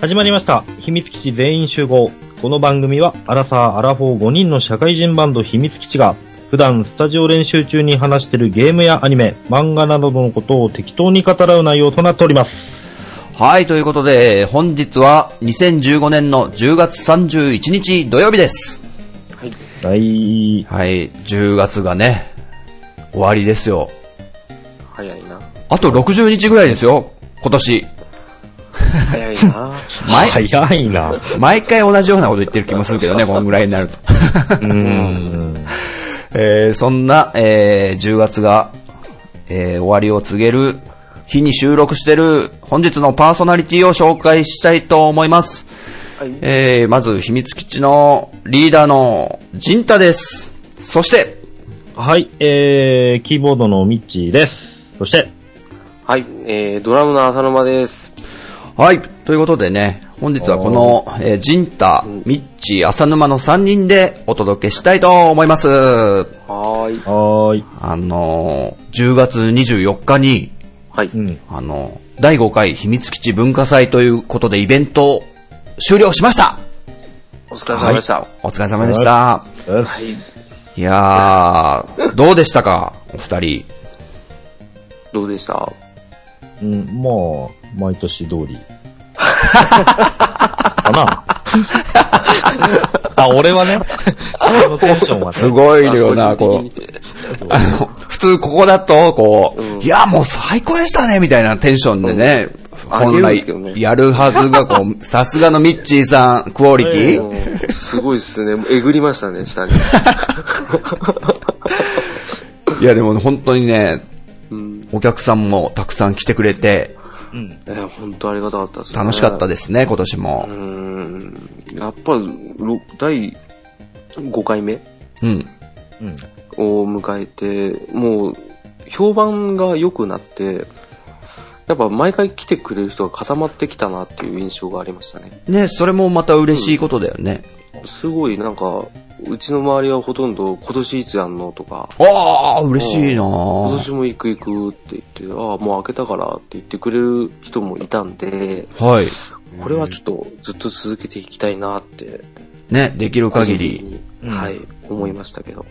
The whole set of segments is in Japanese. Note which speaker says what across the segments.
Speaker 1: 始まりました。秘密基地全員集合。この番組は、アラサー、アラフォー5人の社会人バンド秘密基地が、普段スタジオ練習中に話しているゲームやアニメ、漫画などのことを適当に語らう内容となっております。
Speaker 2: はい、ということで、えー本日は2015年の10月31日土曜日です。
Speaker 1: はい。
Speaker 2: はい、10月がね、終わりですよ。
Speaker 3: 早いな。
Speaker 2: あと60日ぐらいですよ、今年。
Speaker 3: 早いな。
Speaker 2: 毎、
Speaker 1: 早いな。
Speaker 2: 毎回同じようなこと言ってる気もするけどね、このぐらいになると。
Speaker 1: うん。
Speaker 2: えーそんな、えー10月が、えー終わりを告げる日に収録してる本日のパーソナリティを紹介したいと思います。
Speaker 3: はい
Speaker 2: えーまず、秘密基地のリーダーのジンタです。そして、
Speaker 1: はい、えー、キーボードのミッチーです。そして、
Speaker 3: はい、えー、ドラムの浅沼です。
Speaker 2: はい。ということでね、本日はこの、えージンタ、ミッチー、浅沼の3人でお届けしたいと思います。
Speaker 3: はーい。
Speaker 1: はーい。。
Speaker 2: あのー10月24日に、
Speaker 3: はいう
Speaker 1: ん。
Speaker 2: あの、第5回秘密基地文化祭ということでイベントを終了しました
Speaker 3: お疲れ様でした。
Speaker 2: お疲れ様でした。
Speaker 3: は
Speaker 2: い
Speaker 3: い。
Speaker 2: やー、どうでしたかお二人。
Speaker 3: どうでした
Speaker 1: うん、まあ、毎年通り。かなあ、俺はね、俺のテンションはね、
Speaker 2: ごい
Speaker 3: よな
Speaker 2: こう。あの、普通ここだと、こう、いや、もう最高でしたねみたいなテンションでね、
Speaker 3: あ
Speaker 2: 本
Speaker 3: 言うん
Speaker 2: 来
Speaker 3: ですけどね
Speaker 2: やるはずが、こう、 さすがのミッチーさん、クオリティ、
Speaker 3: もうすごいっすね。もうえぐりましたね、下に。
Speaker 2: いや、でも本当にね、
Speaker 3: うん。
Speaker 2: お客さんもたくさん来てくれて、
Speaker 1: うん。
Speaker 3: えー、ほんとありがたかったですね。
Speaker 2: 楽しかった
Speaker 3: で
Speaker 2: ですね、今年も。
Speaker 3: うーん。やっぱ、ろ第5回目
Speaker 2: うん。
Speaker 1: うん。
Speaker 3: を迎えて、もう、評判が良くなって、やっぱ毎回来てくれる人が固まってきたなっていう印象がありましたね。
Speaker 2: ね、それもまた嬉しいことだよね。
Speaker 3: すごいなんか、うちの周りはほとんど今年いつやんのとか、
Speaker 2: ああ、嬉しいな
Speaker 3: 今
Speaker 2: ー
Speaker 3: 年も行く行くって言って、ああ、もう開けたからって言ってくれる人もいたんで、
Speaker 2: はい。
Speaker 3: これはちょっとずっと続けていきたいなって、
Speaker 2: ね、できる限り、
Speaker 3: 個人的にはい、思いましたけど。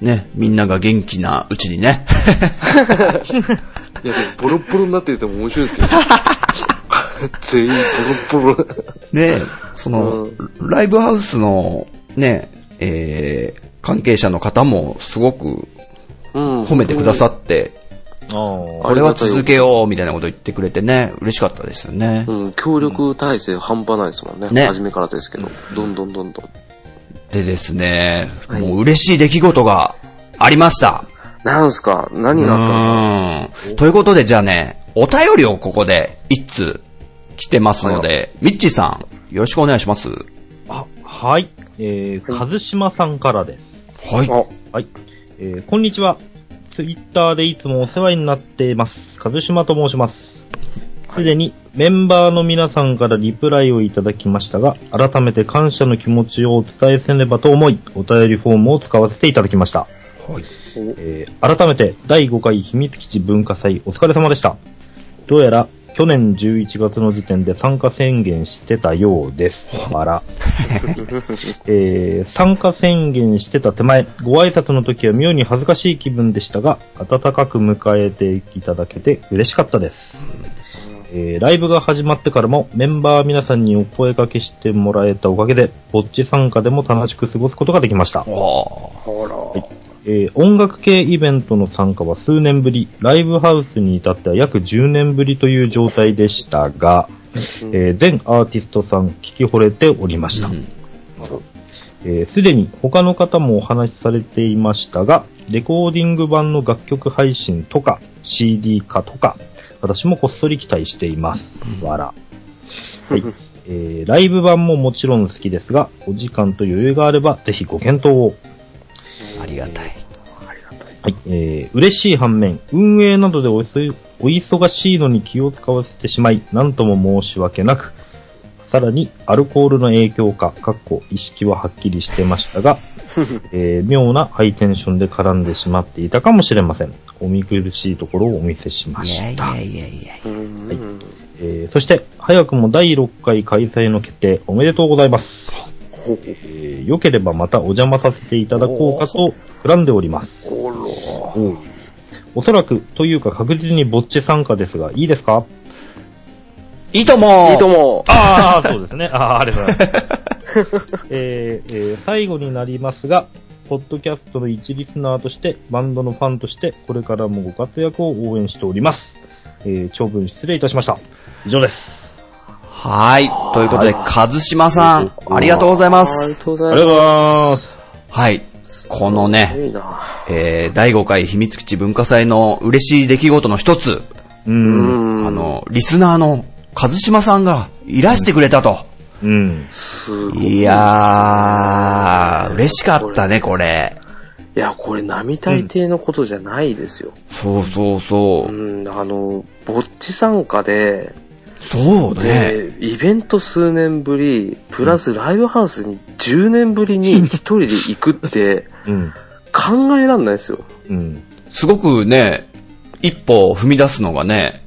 Speaker 2: ね、みんなが元気なうちにね。
Speaker 3: いや、でもボロボロになってても面白いですけど。 全員ボロボロ。
Speaker 2: ね、その、ライブハウスの、ね、えー、関係者の方もすごく
Speaker 3: うん。
Speaker 2: 褒めてくださって、
Speaker 1: あ
Speaker 2: これは続けようみたいなこと言ってくれてね、嬉しかったですよね。
Speaker 3: うん、協力体制半端ないですもんね。
Speaker 2: ね
Speaker 3: 初めからですけど。どんどんどんどん。
Speaker 2: でですね、
Speaker 3: はい
Speaker 2: もう嬉しい出来事がありました。
Speaker 3: なんすか何があったんですか
Speaker 2: うん。ということで、じゃあね、お便りをここで、一通、来てますので、ミッチーさん、よろしくお願いします。は
Speaker 1: あ、はい。えー、和島さんからです。
Speaker 2: い。
Speaker 3: あ、
Speaker 1: はい。えー、こんにちは。ツイッターでいつもお世話になっています。和島と申します。すでにメンバーの皆さんからリプライをいただきましたが、改めて感謝の気持ちをお伝えせねばと思い、お便りフォームを使わせていただきました。えー改めて第5回秘密基地文化祭お疲れ様でした。どうやら去年11月の時点で参加宣言してたようです。あら。えー参加宣言してた手前、ご挨拶の時は妙に恥ずかしい気分でしたが、温かく迎えていただけて嬉しかったです。えーライブが始まってからもメンバー皆さんにお声掛けしてもらえたおかげで、ぼっち参加でも楽しく過ごすことができました。
Speaker 2: おー
Speaker 1: えー音楽系イベントの参加は数年ぶり、ライブハウスに至っては約10年ぶりという状態でしたが、えー全アーティストさん聞き惚れておりました。えーすでに他の方もお話しされていましたが、レコーディング版の楽曲配信とか、CD 化とか、私もこっそり期待しています。わら。はい。えーライブ版ももちろん好きですが、お時間と余裕があれば、ぜひご検討を。
Speaker 2: ありがたい。
Speaker 1: はい、えー、嬉しい反面、運営などでお忙お忙しいのに気を使わせてしまい、なんとも申し訳なく、 さらにアルコールの影響か、かっこ意識ははっきりしてましたが、えー妙なハイテンションで絡んでしまっていたかもしれません。お見苦しいところをお見せしま
Speaker 2: いや
Speaker 1: し
Speaker 2: い
Speaker 1: た。
Speaker 2: やいやいやいや。
Speaker 3: うんうん
Speaker 1: えーそして、早くも第6回開催の決定、おめでとうございます。
Speaker 3: ほう
Speaker 1: えー良ければまたお邪魔させていただこうかと、膨らんでおります。
Speaker 2: お
Speaker 1: おそらく、というか確実にぼっち参加ですが、いいですか
Speaker 2: いいとも
Speaker 3: いいとも
Speaker 1: ああ、そうですね。ああ、ありがとうござい ます。えーえー最後になりますが、ポッドキャストの一リスナーとして、バンドのファンとして、これからもご活躍を応援しております。えー長文失礼いたしました。以上です。
Speaker 2: はい。ということで、和島さん、ありがとうございま
Speaker 3: あり
Speaker 2: す。
Speaker 3: がとうご
Speaker 1: あ
Speaker 3: ざ
Speaker 1: りがと
Speaker 3: いうま
Speaker 1: ございます。
Speaker 2: はい。この
Speaker 3: す。
Speaker 2: ね、
Speaker 3: いいな
Speaker 2: えー、第5回秘密基地文化祭の嬉しい出来事の一つ、
Speaker 1: う。
Speaker 3: うんん。
Speaker 2: あ、の、リスナーの和島さんがいらしてくれたと。
Speaker 1: うん。
Speaker 3: すごい。
Speaker 2: いやー、嬉しかったね、これ。
Speaker 3: いや、これ並大抵のことじゃないですよ。
Speaker 2: そうそうそうう。
Speaker 3: ん、あの、ぼっち参加で、
Speaker 2: そうね。
Speaker 3: で、イベント数年ぶり、プラスライブハウスに10年ぶりに一人で行くって
Speaker 1: うん。
Speaker 3: 考えらんないですよ。
Speaker 1: うん。
Speaker 2: すごくね、一歩踏み出すのがね、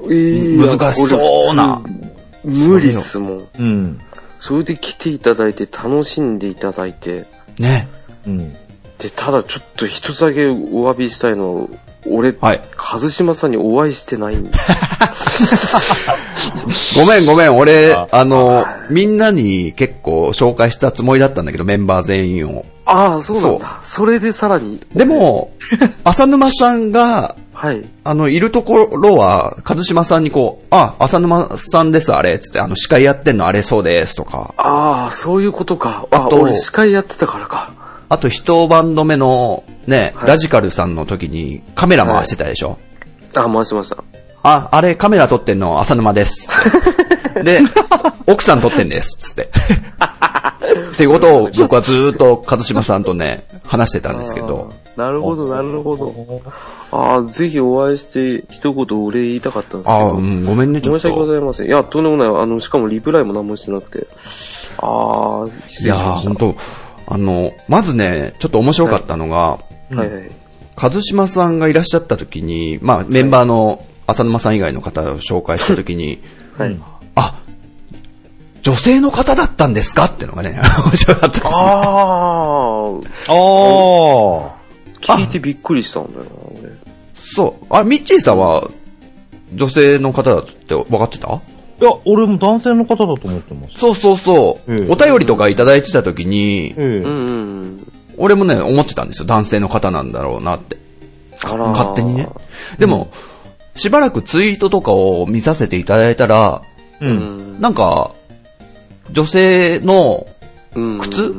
Speaker 2: 難しそうな。
Speaker 3: 無理っすもん。
Speaker 1: うん。
Speaker 3: それで来ていただいて、楽しんでいただいて、
Speaker 2: ね。
Speaker 1: うん。
Speaker 3: で、ただちょっと一つだけお詫びしたいの、俺、
Speaker 2: はい。
Speaker 3: 和島さんにお会いしてな いんです。
Speaker 2: ごめんごめん、俺、
Speaker 1: あ
Speaker 2: あの、みんなに結構紹介したつもりだったんだけど、メンバー全員を。
Speaker 3: ああ、そうなんだ。それでさらに、
Speaker 2: でも、浅沼さんが、
Speaker 3: はい。
Speaker 2: あの、いるところは、和島さんにこう、あ、浅沼さんです、あれ、つって、あの、司会やってんのあれそうです、とか。
Speaker 3: ああ、そういうことか。あ、
Speaker 2: あと
Speaker 3: 俺司会やってたからか。
Speaker 2: あと、一バンド目の、ね、
Speaker 3: はい
Speaker 2: ラジカルさんの時にカメラ回してたでしょ、
Speaker 3: あ、回してました。
Speaker 2: あ、あれカメラ撮ってんの浅沼です。 で、奥さん撮ってんです、つって。っていうことを僕はずーっと和島さんとね、話してたんですけど。
Speaker 3: あー。なるほど、なるほど。ああ、ぜひお会いして、一言お礼言いたかったんですけ
Speaker 2: ああ
Speaker 3: ど。
Speaker 2: ー、うん、ごめんね、ちょ
Speaker 3: 申
Speaker 2: っ
Speaker 3: し訳ご
Speaker 2: と。
Speaker 3: ざいません。いや、とんでもない。あの、しかもリプライも何もしてなくて。ああ、失
Speaker 2: い
Speaker 3: 礼
Speaker 2: や
Speaker 3: し
Speaker 2: ー、
Speaker 3: ま
Speaker 2: ほん
Speaker 3: し
Speaker 2: と、あの、まずね、ちょっと面白かったのが、
Speaker 3: た。はいはい。
Speaker 2: 和島さんがいらっしゃった時に、まあ、メンバーの浅沼さん以外の方を紹介した時に、
Speaker 3: はい。
Speaker 2: あ、女性の方だったんですかってのがね、面白かったですね。
Speaker 1: ああ。
Speaker 3: ああ、聞いてびっくりしたんだよな、俺。
Speaker 2: そう。あ、ミッチーさんは、女性の方だって分かってた
Speaker 1: いや、俺も男性の方だと思ってました。
Speaker 2: そうそうそう。
Speaker 1: うん
Speaker 2: お便りとかいただいてた時に、
Speaker 1: ええ
Speaker 3: うんうんうん。
Speaker 2: 俺もね、思ってたんですよ。男性の方なんだろうなって。
Speaker 3: あら
Speaker 2: 勝手にね。でも、しばらくツイートとかを見させていただいたら、
Speaker 1: う。
Speaker 3: うんん。
Speaker 2: なんか、女性の
Speaker 3: うん
Speaker 2: 靴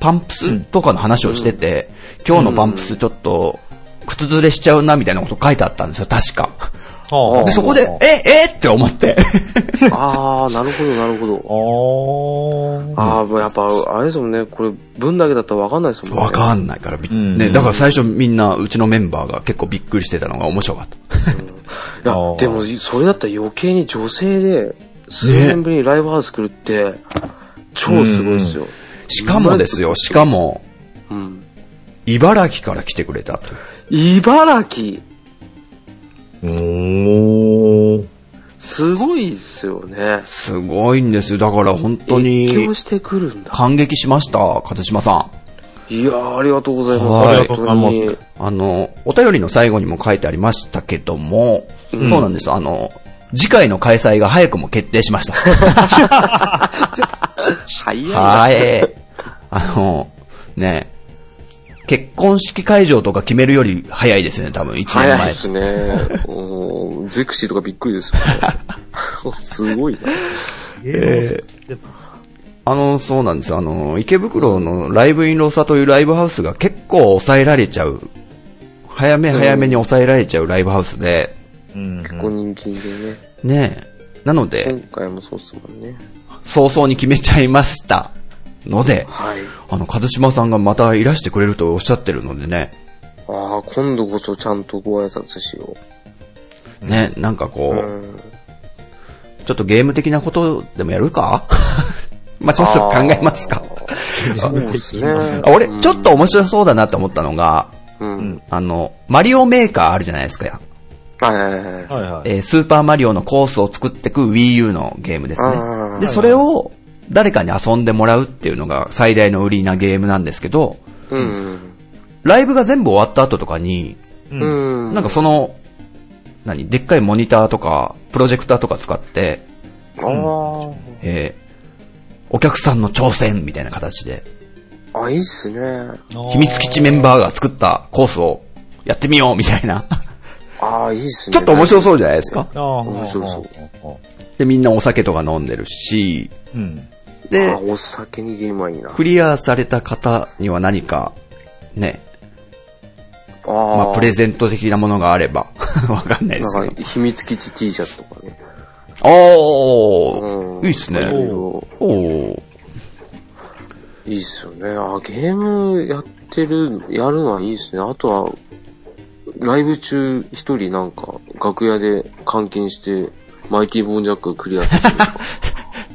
Speaker 2: パンプスとかの話をしてて、今日のパンプスちょっと、靴ずれしちゃうなみたいなこと書いてあったんですよ、確か。
Speaker 1: はあ
Speaker 2: で、そこで、え、えって思って。
Speaker 3: ああ、なるほど、なるほど。
Speaker 1: ああ。
Speaker 3: ああ、もうやっぱ、あれですもんね。これ、文だけだったらわかんないですもん ね。
Speaker 2: わかんないからびっ、
Speaker 1: うん
Speaker 2: ね、だから最初みんな、うちのメンバーが結構びっくりしてたのが面白かった。
Speaker 3: いや
Speaker 1: あー、
Speaker 3: でも、それだったら余計に女性で、数年ぶりにライブハウス来るって、超すごいですよ。
Speaker 2: しかもですよ、しかも、
Speaker 3: うん。
Speaker 2: 茨城から来てくれたという。
Speaker 3: 茨城、
Speaker 1: おー。
Speaker 3: すごいっすよね。
Speaker 2: すごいんですよ。だから本当
Speaker 3: 越境
Speaker 2: に、
Speaker 3: してくるんだ。
Speaker 2: 感激しました、勝島さん。
Speaker 3: いやー、ありがとうございます。
Speaker 2: はい
Speaker 3: ありがとうございます。
Speaker 2: あの、お便りの最後にも書いてありましたけども、そうなんです。あの、次回の開催が早くも決定しました。
Speaker 3: 早いな。
Speaker 2: はい。あの、ね、結婚式会場とか決めるより早いですよね、多分、1年前。
Speaker 3: 早いっ すね。もうゼクシーとかびっくりです よね。すごいな。
Speaker 1: ええ。
Speaker 2: あの、そうなんですよ。あの、池袋のライブインローサというライブハウスが結構抑えられちゃう。早め早めに抑えられちゃうライブハウスで、
Speaker 1: うん。
Speaker 3: 結構人気でね。
Speaker 2: ねえ。なの
Speaker 3: 今
Speaker 2: で、
Speaker 3: 回もそうっすもんね。
Speaker 2: 早々に決めちゃいました。ので、
Speaker 3: はい。
Speaker 2: あの、和島さんがまたいらしてくれるとおっしゃってるのでね、
Speaker 3: ああ、今度こそちゃんとご挨拶しよ
Speaker 2: ね、なんかこ
Speaker 3: う。う
Speaker 2: う、
Speaker 3: ん。
Speaker 2: ちょっとゲーム的なことでもやるかまあちょっと考えますか。
Speaker 3: そうですね。
Speaker 2: あ俺、ちょっと面白そうだなって思ったのが、
Speaker 3: うん。うん。
Speaker 2: あの、マリオメーカーあるじゃないですか。
Speaker 3: はいはいはいはい。
Speaker 1: はいはい。
Speaker 2: えースーパーマリオのコースを作ってく Wii U のゲームです
Speaker 3: あ
Speaker 2: ね。
Speaker 3: ー
Speaker 2: で、それを誰かに遊んでもらうっていうのが最大の売りなゲームなんですけど、
Speaker 3: うん。
Speaker 2: ライブが全部終わった後とかに、
Speaker 1: うん
Speaker 3: うん。
Speaker 2: なんかその、何でっかいモニターとか、プロジェクターとか使って、
Speaker 3: あー
Speaker 2: えーお客さんの挑戦みたいな形で、
Speaker 3: あ、いいっすね。
Speaker 2: 秘密基地メンバーが作ったコースをやってみようみたい な。
Speaker 3: ああ、いいっすね。
Speaker 2: ちょっと面白そうじゃないですか。
Speaker 1: ああ、
Speaker 3: 面白そう
Speaker 2: で、みんなお酒とか飲んでるし、
Speaker 1: うん。
Speaker 2: で
Speaker 3: あ、お酒にゲームはいいな。
Speaker 2: クリアされた方には何か、ね、
Speaker 3: あ、
Speaker 2: まあ、プレゼ
Speaker 3: ゼ
Speaker 2: ント的なものがあれば、 わかんないです
Speaker 3: な
Speaker 2: け
Speaker 3: ん
Speaker 2: ど。
Speaker 3: か、秘密基地 T シャツとかね。
Speaker 2: お
Speaker 3: う
Speaker 2: ー、
Speaker 3: ん
Speaker 2: いいっすね。
Speaker 3: いろいろ
Speaker 2: おー。
Speaker 3: いいっすよね。あ、ゲームやってる、やるのはいいっすね。あとは、ライブ中一人なんか、楽屋で監禁して、マイティボーンジャッククリ アしてる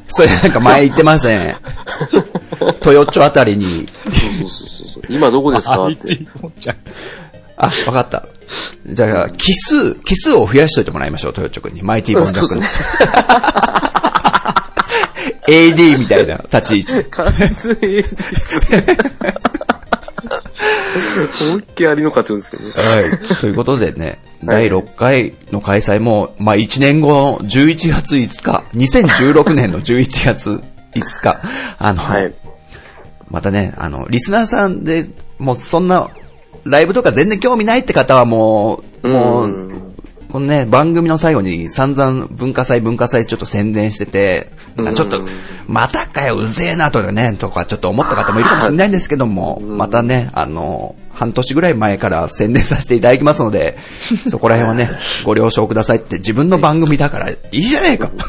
Speaker 2: それなんか前言ってました ね。豊町あたりに、
Speaker 3: そうそうそうそう。今どこですか
Speaker 1: あ、
Speaker 3: っ
Speaker 1: いつ
Speaker 3: て。
Speaker 1: いもんじゃん。
Speaker 2: あ、わかった。じゃあ、奇数、奇数を増やしといてもらいましょう、豊町くんに。マイティボンジャック
Speaker 3: そう
Speaker 2: に
Speaker 3: で。
Speaker 2: AD みたいな立ち位置 で。
Speaker 3: 完全です。思いっきりありの課長ですけどね。
Speaker 2: はい。ということでね、第6回の開催も、まあ1年後の11月5日、2016年の11月5日、あの、
Speaker 3: はい。
Speaker 2: またね、あの、リスナーさんで、もうそんな、ライブとか全然興味ないって方はもう、もう、
Speaker 3: うん
Speaker 2: このね、番組の最後に散々文化祭文化祭ちょっと宣伝してて、
Speaker 3: うん
Speaker 2: ちょっと、またかよ、うぜえなとかね、とかちょっと思った方もいるかもしれないんですけども、
Speaker 3: うん
Speaker 2: またね、あの、半年ぐらい前から宣伝させていただきますの で、そこら辺はね、ご了承くださいって自分の番組だからいいじゃねえか。
Speaker 3: ま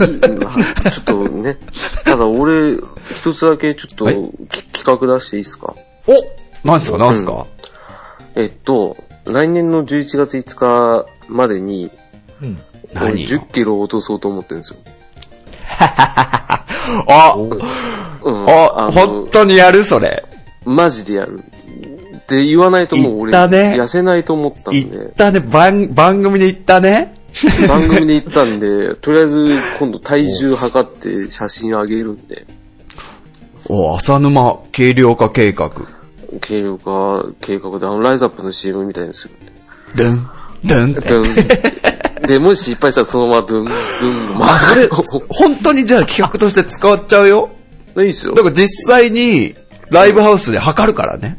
Speaker 3: あちょっとね、ただ俺、一つだけちょっと
Speaker 2: はい
Speaker 3: き企画出していいですか
Speaker 2: おなんですか、なんですか、
Speaker 3: えっと、来年の11月5日までに、
Speaker 1: うん。
Speaker 3: 俺
Speaker 2: 何
Speaker 3: 10キロ落とそうと思ってるんですよ。
Speaker 2: あ、
Speaker 3: うん。
Speaker 2: あ、
Speaker 3: の
Speaker 2: 本当にやるそれ。
Speaker 3: マジでやる。って言わないともう俺、
Speaker 2: 言ったね
Speaker 3: 痩せないと思ったん
Speaker 2: 言っ
Speaker 3: で、
Speaker 2: たね、番、番組で言った ね。
Speaker 3: 番組で言ったんで、とりあえず今度体重測って写真あげるんで、
Speaker 2: お、浅沼軽量化計画。
Speaker 3: 軽量化計画で、あの、ライズアップの CM みたいにするんで。
Speaker 2: ドゥン、ドゥンって。
Speaker 3: ドゥ ン。で、もし失敗したらそのままドゥン、ドゥンのま
Speaker 2: あ、それ、
Speaker 3: ま。
Speaker 2: 本当にじゃあ企画として使っちゃうよ。
Speaker 3: いいっすよ
Speaker 2: だ。から実際に、ライブハウスで測るからね。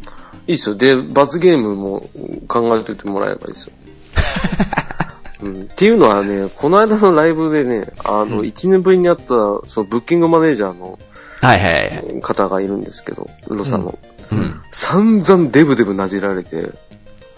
Speaker 3: いいっすよ。で、罰ゲームも考えておいてもらえばいい っすよ。うん、っていうのはね、この間のライブでね、あの、1年ぶりに会った、その、ブッキングマネージャーの
Speaker 2: はいはいはい。
Speaker 3: 方がいるんですけど、ロサの。
Speaker 2: うん。
Speaker 3: 散々デブデブなじられて、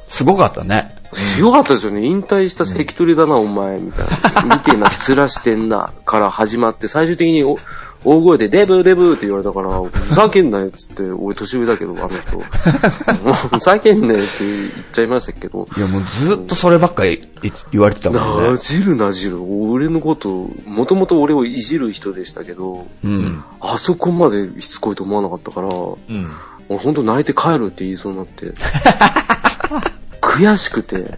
Speaker 2: すごかったね。
Speaker 3: よかったですよね。引退した関取だな、お前、みたいな。見てえな、面してんな、から始まって、最終的にお大声で、デブ、デブって言われたから、ふざけんなよ、つって、俺年上だけど、あの人。 もうふざけんなよって言っちゃいましたけど、
Speaker 2: いやもうずっとそればっかりい言われてたもん
Speaker 3: な
Speaker 2: ね。
Speaker 3: じるなじる。俺のこと、もともと俺をいじる人でしたけど、
Speaker 2: うん。
Speaker 3: あそこまでしつこいと思わなかったから、
Speaker 1: うん。
Speaker 3: 俺ほんと泣いて帰るって言いそうになって。悔しくて。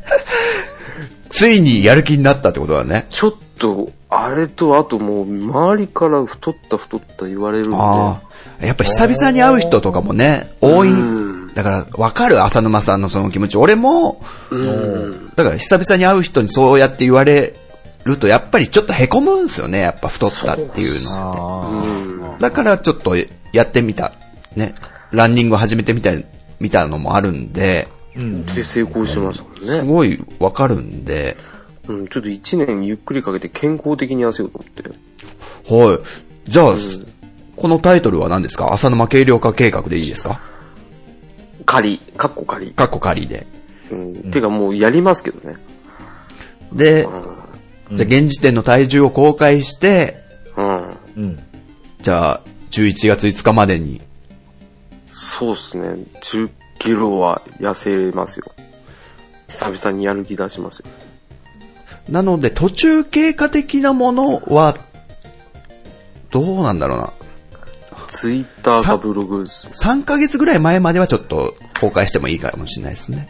Speaker 2: ついにやる気になったってことだね。
Speaker 3: ちょっと、あれと、あともう、周りから太った太った言われるんで。
Speaker 2: ああ。やっぱ久々に会う人とかもね、多い。だから、わかる浅沼さんのその気持ち。俺も、
Speaker 3: うん。
Speaker 2: だから久々に会う人にそうやって言われると、やっぱりちょっと凹むんですよね。やっぱ太ったっていうのは。
Speaker 1: あ
Speaker 2: だからちょっとやってみた。ね。ランニングを始めてみた、見たのもあるんで、
Speaker 1: あ。うん。
Speaker 3: で、成功しましたもん
Speaker 2: す
Speaker 3: ね。
Speaker 2: ごいわかるんで、
Speaker 3: うん、ちょっと一年ゆっくりかけて健康的に痩せようと思って。
Speaker 2: はい。じゃあ、このタイトルは何ですか浅沼軽量化計画でいいですか
Speaker 3: 仮、かっこ仮。
Speaker 2: カッコ仮で。
Speaker 3: うん。てかもうやりますけどね。
Speaker 2: で、
Speaker 3: う
Speaker 2: じゃあ現時点の体重を公開して、
Speaker 3: ん。うん。
Speaker 1: うん。
Speaker 2: じゃあ、11月5日までに。
Speaker 3: そうっすね。10キロは痩せますよ。久々にやる気出しますよ。
Speaker 2: なので、途中経過的なものは、どうなんだろうな。
Speaker 3: ツイッターかブログです。
Speaker 2: 3ヶ月ぐらい前まではちょっと公開してもいいかもしれないですね。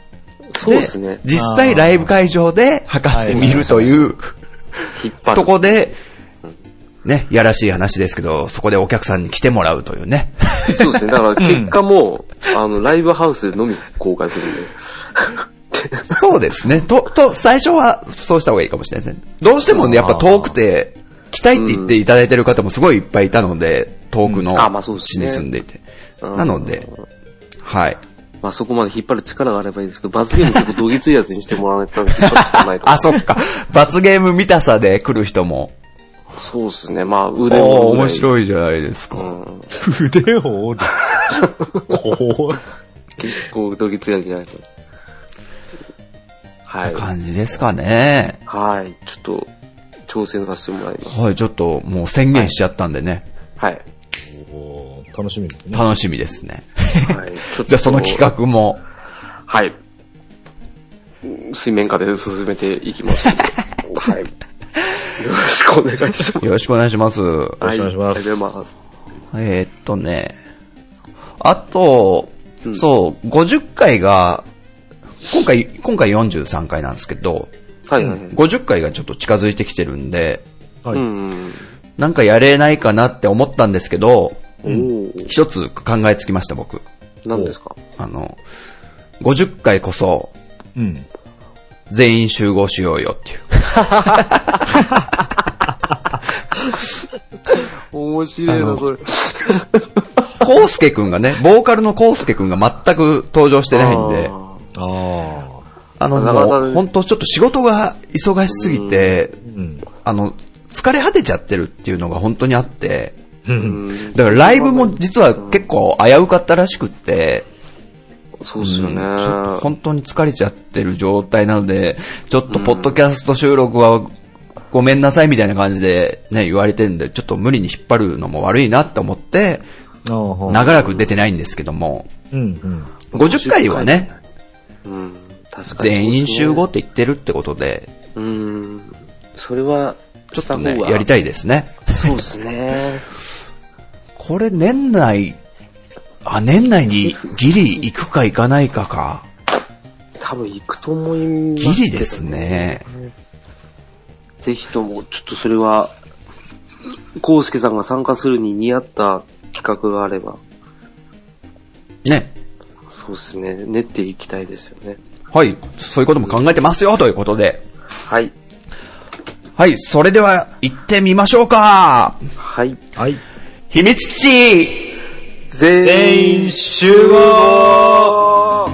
Speaker 3: そうですね。
Speaker 2: 実際ライブ会場で測してみるという
Speaker 3: 引っ張
Speaker 2: と
Speaker 3: る。
Speaker 2: こで、ね、やらしい話ですけど、そこでお客さんに来てもらうという ね。
Speaker 3: そうですね。だから結果も、あの、ライブハウスでのみ公開するんで。
Speaker 2: そうですね。と、と、最初はそうした方がいいかもしれないですね。どうしてもね、やっぱ遠くて、来たいって言っていただいてる方もすごいいっぱいいたので、遠くの
Speaker 3: うんあまあそうで
Speaker 2: 地
Speaker 3: す
Speaker 2: に
Speaker 3: ね
Speaker 2: 住んでいて。
Speaker 3: うん
Speaker 2: なので、はい。
Speaker 3: まあそこまで引っ張る力があればいいんですけど、罰ゲーム結構どぎついやつにしてもらわないと引っ張るしかないと思
Speaker 2: あ、そ っか。罰ゲーム見たさで来る人も。
Speaker 3: う。そうですね。まあ腕も。
Speaker 2: おー面
Speaker 3: い。
Speaker 2: 白いじゃないです
Speaker 3: う
Speaker 2: か。
Speaker 3: ん。
Speaker 1: 腕を折る。怖い。
Speaker 3: 結構どぎついやつじゃないと。はい。
Speaker 2: 感じですかね。
Speaker 3: はい。ちょっと、挑戦させてもらいます。
Speaker 2: はい、ちょっともう宣言しちゃったんでね、
Speaker 3: はい。
Speaker 1: おー楽しみですね。
Speaker 2: 楽しみですね。
Speaker 3: はい。ちょっと
Speaker 2: じゃあその企。画も、
Speaker 3: はい。水面下で進めていきますので。はい。よろしくお願いします。
Speaker 2: よろしくお願いします。
Speaker 1: ろしくお願いします
Speaker 3: はありがとうございます。
Speaker 2: えーっとね、あと、
Speaker 3: ん
Speaker 2: そう、50回が、今回、今回43回なんですけど、
Speaker 3: はいはいはい。
Speaker 2: 50回がちょっと近づいてきてるんで、
Speaker 1: は
Speaker 3: う
Speaker 1: い。
Speaker 3: ん。
Speaker 2: なんかやれないかなって思ったんですけど、
Speaker 3: おー
Speaker 2: 一つ考えつきました、僕。
Speaker 3: 何ですか
Speaker 2: あの、50回こそ、
Speaker 1: うん。
Speaker 2: 全員集合しようよっていう。
Speaker 3: 面白い
Speaker 2: あの
Speaker 3: な、それ。
Speaker 2: コウスケくんがね、ボーカルのコウスケくんが全く登場してないんで、
Speaker 3: あ
Speaker 1: あ
Speaker 2: あの、
Speaker 3: なかなかね
Speaker 2: もう、本当ちょっと仕事が忙しすぎて、
Speaker 1: ー。うん。
Speaker 2: あの、疲れ果てちゃってるっていうのが本当にあって、
Speaker 1: う。
Speaker 3: ーうんん。
Speaker 2: だからライブも実は結構危うかったらしくって、
Speaker 3: そうっすよね。
Speaker 2: うんちょっと本当に疲れちゃってる状態なので、ちょっとポッドキャスト収録はごめんなさいみたいな感じでね、言われてるんで、ちょっと無理に引っ張るのも悪いなって思って、
Speaker 1: あーは
Speaker 2: 長らく出てないんですけども、
Speaker 1: ーうん。うん。
Speaker 2: 50回はね、
Speaker 3: うん。確かに。
Speaker 2: 全員集合っ。て言ってるってことで、
Speaker 3: うん。それは、
Speaker 2: ちょっとね
Speaker 3: した方、が
Speaker 2: やりたいですね。
Speaker 3: そうですね。
Speaker 2: これ年内、あ、年内にギリ行くか行かないかか。
Speaker 3: 多分行くと思いますけ
Speaker 2: ギリ
Speaker 3: ど。
Speaker 2: ですね。
Speaker 3: ぜひとも、ちょっとそれは、コウスケさんが参加するに似合った企画があれば、
Speaker 2: ね。
Speaker 3: そうですね、練っていきたいですよね。
Speaker 2: はい。そういうことも考えてますよということで。
Speaker 3: はい。
Speaker 2: はい。それでは行ってみましょうか。
Speaker 3: はい。
Speaker 1: はい。
Speaker 2: 秘密基地
Speaker 3: 全員集合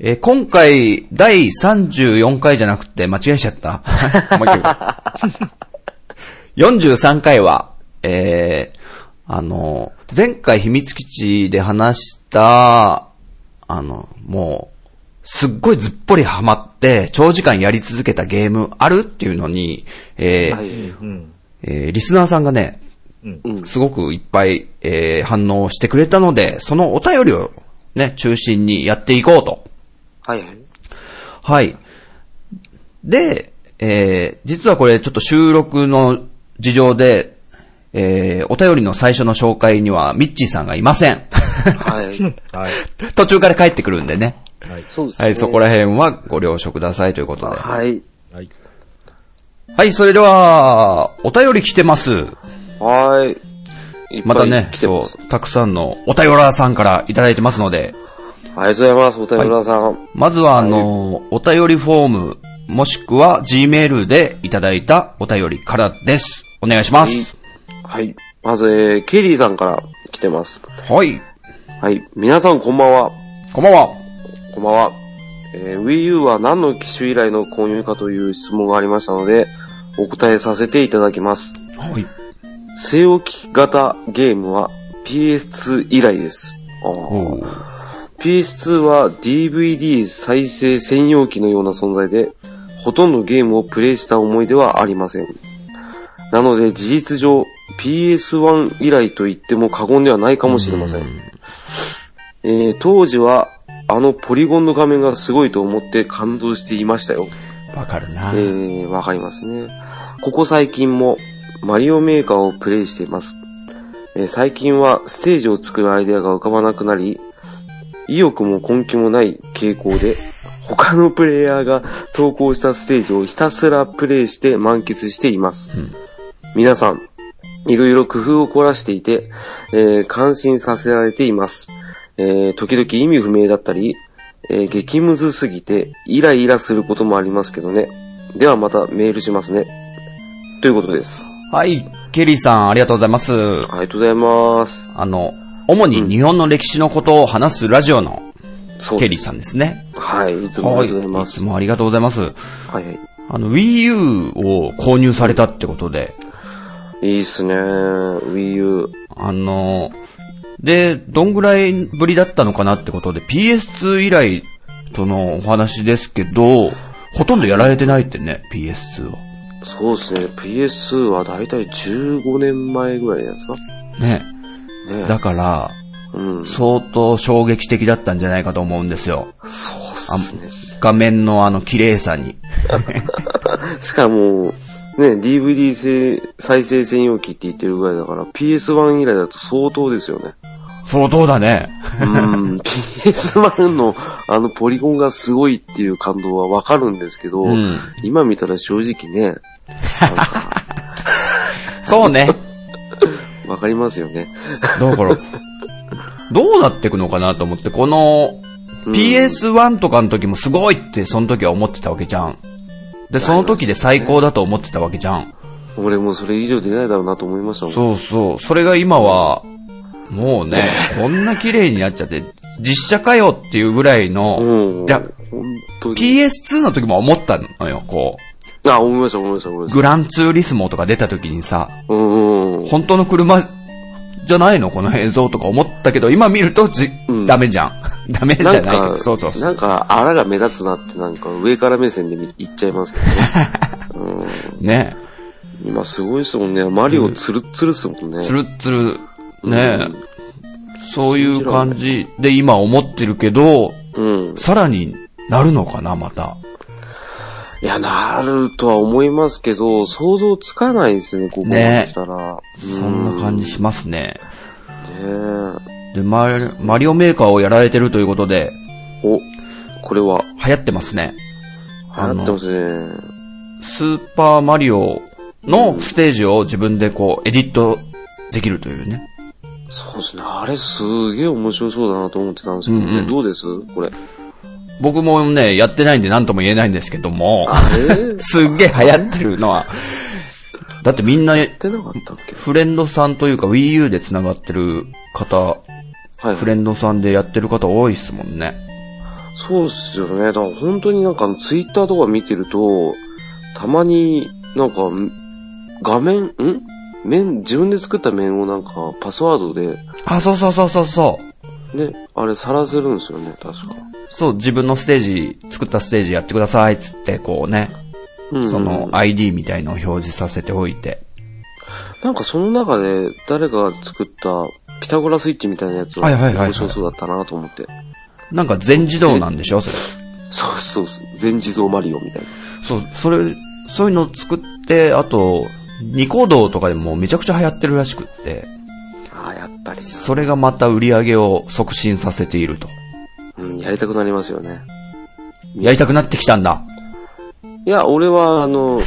Speaker 2: えー今回、第34回じゃなくて間違えちゃ った。もう一回。43回は、えー、あの、前回秘密基地で話した、あの、もう、すっごいずっぽりハマって、長時間やり続けたゲームあるっていうのに、えー
Speaker 3: はい。
Speaker 1: うん。
Speaker 2: えーリスナーさんがね、
Speaker 1: うん
Speaker 3: うん
Speaker 2: すごくいっぱい、えー反応してくれたので、そのお便りをね、中心にやっていこうと。
Speaker 3: はいはい。
Speaker 2: はい。で、えー実はこれちょっと収録の事情で、えーお便りの最初の紹介にはミッチーさんがいません。
Speaker 3: はい。
Speaker 1: はい。
Speaker 2: 途中から帰ってくるんでね。
Speaker 1: はい。
Speaker 3: そうですね。
Speaker 2: はい、そこら辺はご了承くださいということで。は
Speaker 3: はい。
Speaker 1: はい。
Speaker 2: い、それでは、お便り来てます。
Speaker 3: はい。いっぱい
Speaker 2: またね、
Speaker 3: 来て
Speaker 2: そ
Speaker 3: ます。
Speaker 2: う、たくさんのお便らさんからいただいてますので、
Speaker 3: ありがとうございます、お便り村さん。
Speaker 2: まずは、あの、お便りフォーム、もしくは Gmail でいただいたお便りからです。お願いします。
Speaker 3: はい。まず、えー、ケリーさんから来てます。
Speaker 2: はい。
Speaker 3: はい。皆さんこんばんは。
Speaker 2: こんばんは。
Speaker 3: こんばんは。えー Wii U は何の機種以来の購入かという質問がありましたので、お答えさせていただきます。
Speaker 2: はい。
Speaker 3: 据え置き型ゲームは PS2 以来です。あー PS2 は DVD 再生専用機のような存在で、ほとんどゲームをプレイした思い出はありません。なので事実上 PS1 以来と言っても過言ではないかもしれません。えー当時は、あのポリゴンの画面がすごいと思って感動していましたよ。
Speaker 2: わかる
Speaker 3: え
Speaker 2: な。
Speaker 3: ー、わかりますね。ここ最近も、マリオメーカーをプレイしています。えー最近は、ステージを作るアイデアが浮かばなくなり、意欲も根気もない傾向で、他のプレイヤーが投稿したステージをひたすらプレイして満喫しています。
Speaker 2: うん。
Speaker 3: 皆さん、いろいろ工夫を凝らしていて、えー感心させられています。えー時々意味不明だったり、えー激ムズすぎて、イライラすることもありますけどね。ではまたメールしますね。ということです。
Speaker 2: はい、ケリーさん、ありがとうございます。
Speaker 3: ありがとうございます。
Speaker 2: あの、主に日本の歴史のことを話すラジオの
Speaker 3: そう
Speaker 2: ケ
Speaker 3: で
Speaker 2: リー
Speaker 3: す。
Speaker 2: さんですね。
Speaker 3: はい、いつもあ
Speaker 2: はい、
Speaker 3: りがとうございま
Speaker 2: い
Speaker 3: す
Speaker 2: つ。もありがとうございます。
Speaker 3: はい、はい。
Speaker 2: あの、Wii U を購入されたってことで、
Speaker 3: いいっすね。Wii U。
Speaker 2: あの、で、どんぐらいぶりだったのかなってことで、PS2 以来とのお話ですけど、ほとんどやられてないってね、PS2 を。
Speaker 3: そうですね。PS2 はだいたい15年前ぐらいじゃないですか。
Speaker 2: ね。
Speaker 3: ね
Speaker 2: だから、
Speaker 3: うん。そ
Speaker 2: 相当衝撃的だったんじゃないかと思うんですよ。
Speaker 3: うっすね。
Speaker 2: 画面のあの綺麗さに。
Speaker 3: しかも、ね、DVD せ再生専用機って言ってるぐらいだから、PS1 以来だと相当ですよ ね。
Speaker 2: 相当だね。
Speaker 3: うん、PS1 のあのポリゴンがすごいっていう感動はわかるんですけど、
Speaker 2: うん
Speaker 3: 今見たら正直ね、
Speaker 2: そうね。
Speaker 3: わかりますよね。
Speaker 2: だから、どうなっていくのかなと思って、この、PS1 とかの時もすごいって、その時は思ってたわけじゃん。で、その時で最高だと思ってたわけじゃん。
Speaker 3: 俺もそれ以上出ないだろうなと思いましたもん。
Speaker 2: そうそう。それが今は、もうね、こんな綺麗になっちゃって、実写かよっていうぐらいの、
Speaker 3: ん。
Speaker 2: いや、
Speaker 3: 本当に。
Speaker 2: PS2 の時も思ったのよ、こ。
Speaker 3: あ、思いました、思いました、思いうまし
Speaker 2: グランツーリスモとか出た時にさ、
Speaker 3: た。うんうんうん。
Speaker 2: 本当の車じゃないのこの映像とか思ったけど、今見るとじ、
Speaker 3: うん
Speaker 2: ダメじゃん。 ダメじゃないけ
Speaker 3: な
Speaker 2: ど、
Speaker 3: んか
Speaker 2: そうそうそう。
Speaker 3: なんか、あらが目立つなってなんか上から目線で見言っちゃいますけどね。うん
Speaker 2: ね
Speaker 3: 今すごいですもんね。マリオツルッツルっすもんね。
Speaker 2: つるつる、ねそういう感じで今思ってるけど、
Speaker 3: うん。
Speaker 2: さらになるのかな、また。
Speaker 3: いや、なるとは思いますけど、想像つかないですね、ここまで来たら。
Speaker 2: そんな感じしますね。
Speaker 3: うんね
Speaker 2: で、マリマリオメーカーをやられてるということで、
Speaker 3: えお、これは、
Speaker 2: 流行ってますね。あ
Speaker 3: 流行ってま
Speaker 2: の、
Speaker 3: すね。
Speaker 2: スーパーマリオのステージを自分でこう、エディットできるというね。
Speaker 3: そうですね。あれすげえ面白そうだなと思ってたんですけどね。
Speaker 2: うんうん
Speaker 3: どうですこれ。
Speaker 2: 僕もね、やってないんで何とも言えないんですけど も、
Speaker 3: え
Speaker 2: すっげえ流行ってるのは、だってみんな
Speaker 3: やってなかったっけ
Speaker 2: フレンドさんというか Wii U で繋がってる方、
Speaker 3: はい。
Speaker 2: フレンドさんでやってる方多いっすもんね。
Speaker 3: そうっすよね。だから本当になんかツイッターとか見てると、たまになんかん画面、ん面、自分で作った面をなんかパスワードで、
Speaker 2: あ、そうそうそうそうそう。
Speaker 3: ね、あれさらせるんですよね、確か。
Speaker 2: そう、自分のステージ、作ったステージやってくださいっつって、こうね、
Speaker 3: うん、
Speaker 2: その ID みたいのを表示させておいて。
Speaker 3: なんかその中で誰かが作ったピタゴラスイッチみたいなやつは
Speaker 2: はいはいはいはい
Speaker 3: 面白そうだったなと思って。
Speaker 2: なんか全自動なんでしょそれ。
Speaker 3: そうそうそう。全自動マリオみたいな。
Speaker 2: そう、それ、そういうの作って、あと、ニコ動とかでもめちゃくちゃ流行ってるらしくって、
Speaker 3: ああ、やっぱり
Speaker 2: それがまた売り上げを促進させていると。
Speaker 3: な。うん、やりたくなりますよね。
Speaker 2: やりたくなってきたんだ。
Speaker 3: いや、俺は、あの、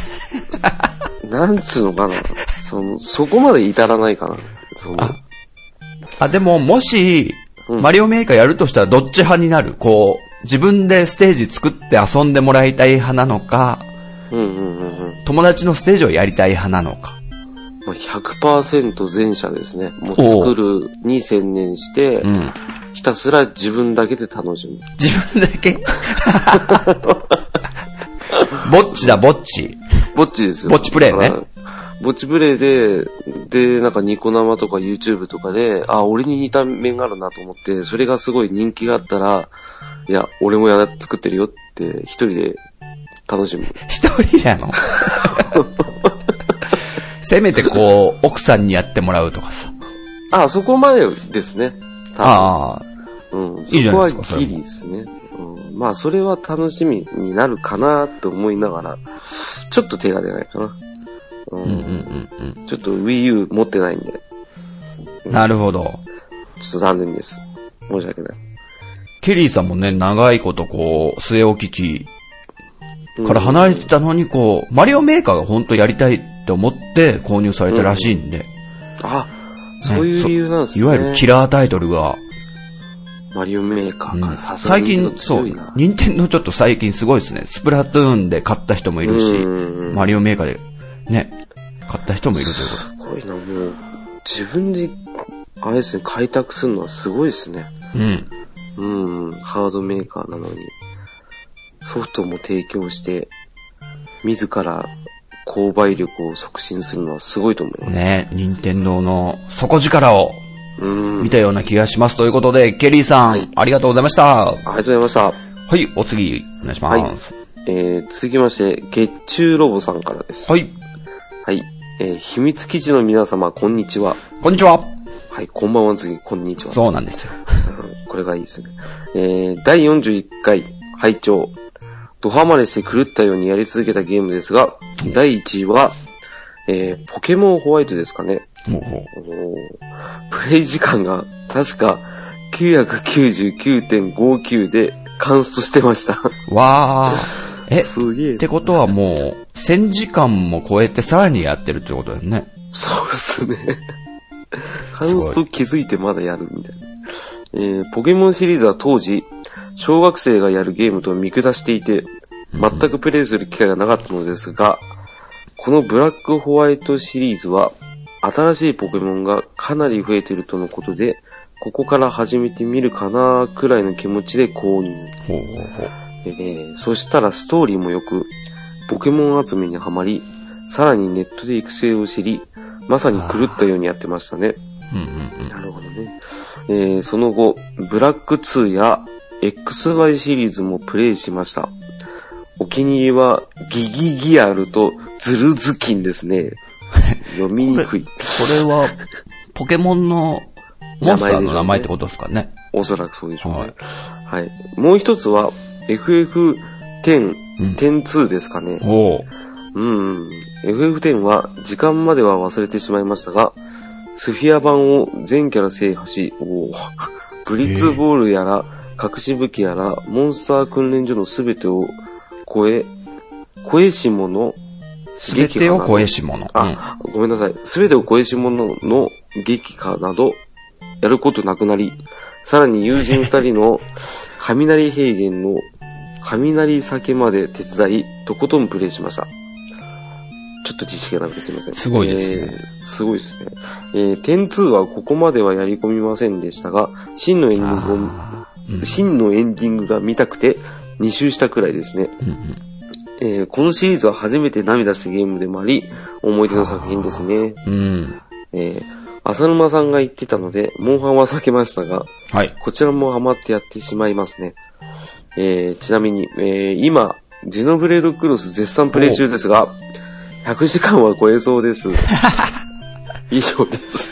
Speaker 3: なんつうのかな。その、そこまで至らないかな。その、
Speaker 2: あ、でも、もし、
Speaker 3: うん
Speaker 2: マリオメーカーやるとしたらどっち派になるこう、自分でステージ作って遊んでもらいたい派なのか、
Speaker 3: うんうんうんうん。
Speaker 2: 友達のステージをやりたい派なのか。
Speaker 3: まあ、100%前者ですね。もう
Speaker 2: おう
Speaker 3: 作るに専念して、
Speaker 2: うん。
Speaker 3: ひたすら自分だけで楽しむ。
Speaker 2: 自分だ けぼっちだ、ぼっち。
Speaker 3: ぼっちですよ。
Speaker 2: ぼっちプレイね
Speaker 3: だから。ぼっちプレイで、で、なんかニコ生とか YouTube とかで、あ、俺に似た面があるなと思って、それがすごい人気があったら、いや、俺もや、作ってるよって、一人で楽しむ。
Speaker 2: 一人な のせめてこう、奥さんにやってもらうとかさ。
Speaker 3: あ、そこまでですね。多分
Speaker 2: ああ。
Speaker 3: うん。そ
Speaker 2: いいじゃ
Speaker 3: こ
Speaker 2: ないで
Speaker 3: は
Speaker 2: すか
Speaker 3: ギリですね。うん、まあ、それは楽しみになるかなと思いながら、ちょっと手が出ないかな。うん
Speaker 2: うんうんうん
Speaker 3: ちょっと Wii U 持ってないんで、ちょ
Speaker 2: うん。なるほど。
Speaker 3: っと残念です。申し訳ない。
Speaker 2: ケリーさんもね、長いことこう、据え置き機から離れてたのに、こう、マリオメーカーが本当やりたいって思って購入されたらしいんで、
Speaker 3: あ、そういう理由なんです
Speaker 2: い
Speaker 3: ね。
Speaker 2: わゆるキラータイトルが、
Speaker 3: マリオメーカ
Speaker 2: う
Speaker 3: ー
Speaker 2: ん
Speaker 3: か。さすが
Speaker 2: 最
Speaker 3: に
Speaker 2: 近、そ
Speaker 3: 強
Speaker 2: う
Speaker 3: いな、
Speaker 2: 任天堂ちょっと最近すごいですね。スプラトゥーンで買った人もいるし、
Speaker 3: うん
Speaker 2: マリオメーカーで、ね、買った人もいるというこ
Speaker 3: すごいな、もう、自分で、あれですね、開拓するのはすごいですね。
Speaker 2: と。うん。
Speaker 3: うん、ハードメーカーなのに、ソフトも提供して、自ら購買力を促進するのはすごいと思います。
Speaker 2: ね、任天堂の底力を
Speaker 3: うん。
Speaker 2: 見たような気がします。ということで、ケリーさん、
Speaker 3: はい
Speaker 2: ありがとうございました。
Speaker 3: ありがとうございました。
Speaker 2: はい、お次、お願いします。
Speaker 3: えー、続きまして、月中ロボさんからです。
Speaker 2: はい、
Speaker 3: はい。えー、秘密基地の皆様、こんにちは。
Speaker 2: こんにちは。
Speaker 3: はい、こんばんはの次、こんにちは。
Speaker 2: そうなんですよ。
Speaker 3: うんこれがいいですね。えー、第41回、拝聴。ドハマりして狂ったようにやり続けたゲームですが、第1位は、えー、ポケモンホワイトですかね。
Speaker 2: ほうほう
Speaker 3: あのープレイ時間が確か999.59でカンストしてました。
Speaker 2: わー。え、
Speaker 3: すげえ
Speaker 2: っ。てことはもう、1000時間も超えてさらにやってるってことだよね。
Speaker 3: そうっすね。カンスト気づいてまだやるみたいな。えーポケモンシリーズは当時、小学生がやるゲームと見下していて、全くプレイする機会がなかったのですが、このブラックホワイトシリーズは、新しいポケモンがかなり増えているとのことで、ここから始めてみるかなくらいの気持ちで購入。
Speaker 2: ほうほうほう。
Speaker 3: えーそしたらストーリーも良く、ポケモン集めにはまり、さらにネットで育成を知り、まさに狂ったようにやってましたね。
Speaker 2: うんうんうん。
Speaker 3: なるほどね。えーその後、ブラック2や XY シリーズもプレイしました。お気に入りは、ギギギアルとズルズキンです ね。読みにくい。
Speaker 2: これは、ポケモンの、モンスターの名前ってことですかね。
Speaker 3: おそらくそうでしょうね。
Speaker 2: は
Speaker 3: はいい。もう一つは、FF10、
Speaker 2: うん
Speaker 3: 10-2ですかね。
Speaker 2: おう。
Speaker 3: うん。FF10 は時間までは忘れてしまいましたが、スフィア版を全キャラ制覇し、おー ブリッツボールやら、隠し武器やら、モンスター訓練所のすべてを超え、超えし者、
Speaker 2: すべてを超えし者。うん。
Speaker 3: あ、ごめんなさい。すべてを超えし者の劇化など、やることなくなり、さらに友人二 人の雷平原の雷酒まで手伝い、とことんプレイしました。ちょっと知識がなくてすいません。
Speaker 2: すごいですね
Speaker 3: えーすごいですね。えー、点2はここまではやり込みませんでしたが、真のエンディングを
Speaker 2: あーうん
Speaker 3: 真のエンディングが見たくて、2周したくらいですね。
Speaker 2: うんうん
Speaker 3: えーこのシリーズは初めて涙したゲームでもあり、思い出の作品ですね。
Speaker 2: うん。
Speaker 3: えー浅沼さんが言ってたので、モンハンは避けましたが、
Speaker 2: はい。
Speaker 3: こちらもハマってやってしまいますね。えーちなみに、えー今、ジェノブレードクロス絶賛プレイ中ですが、100時間は超えそ うです。以上です。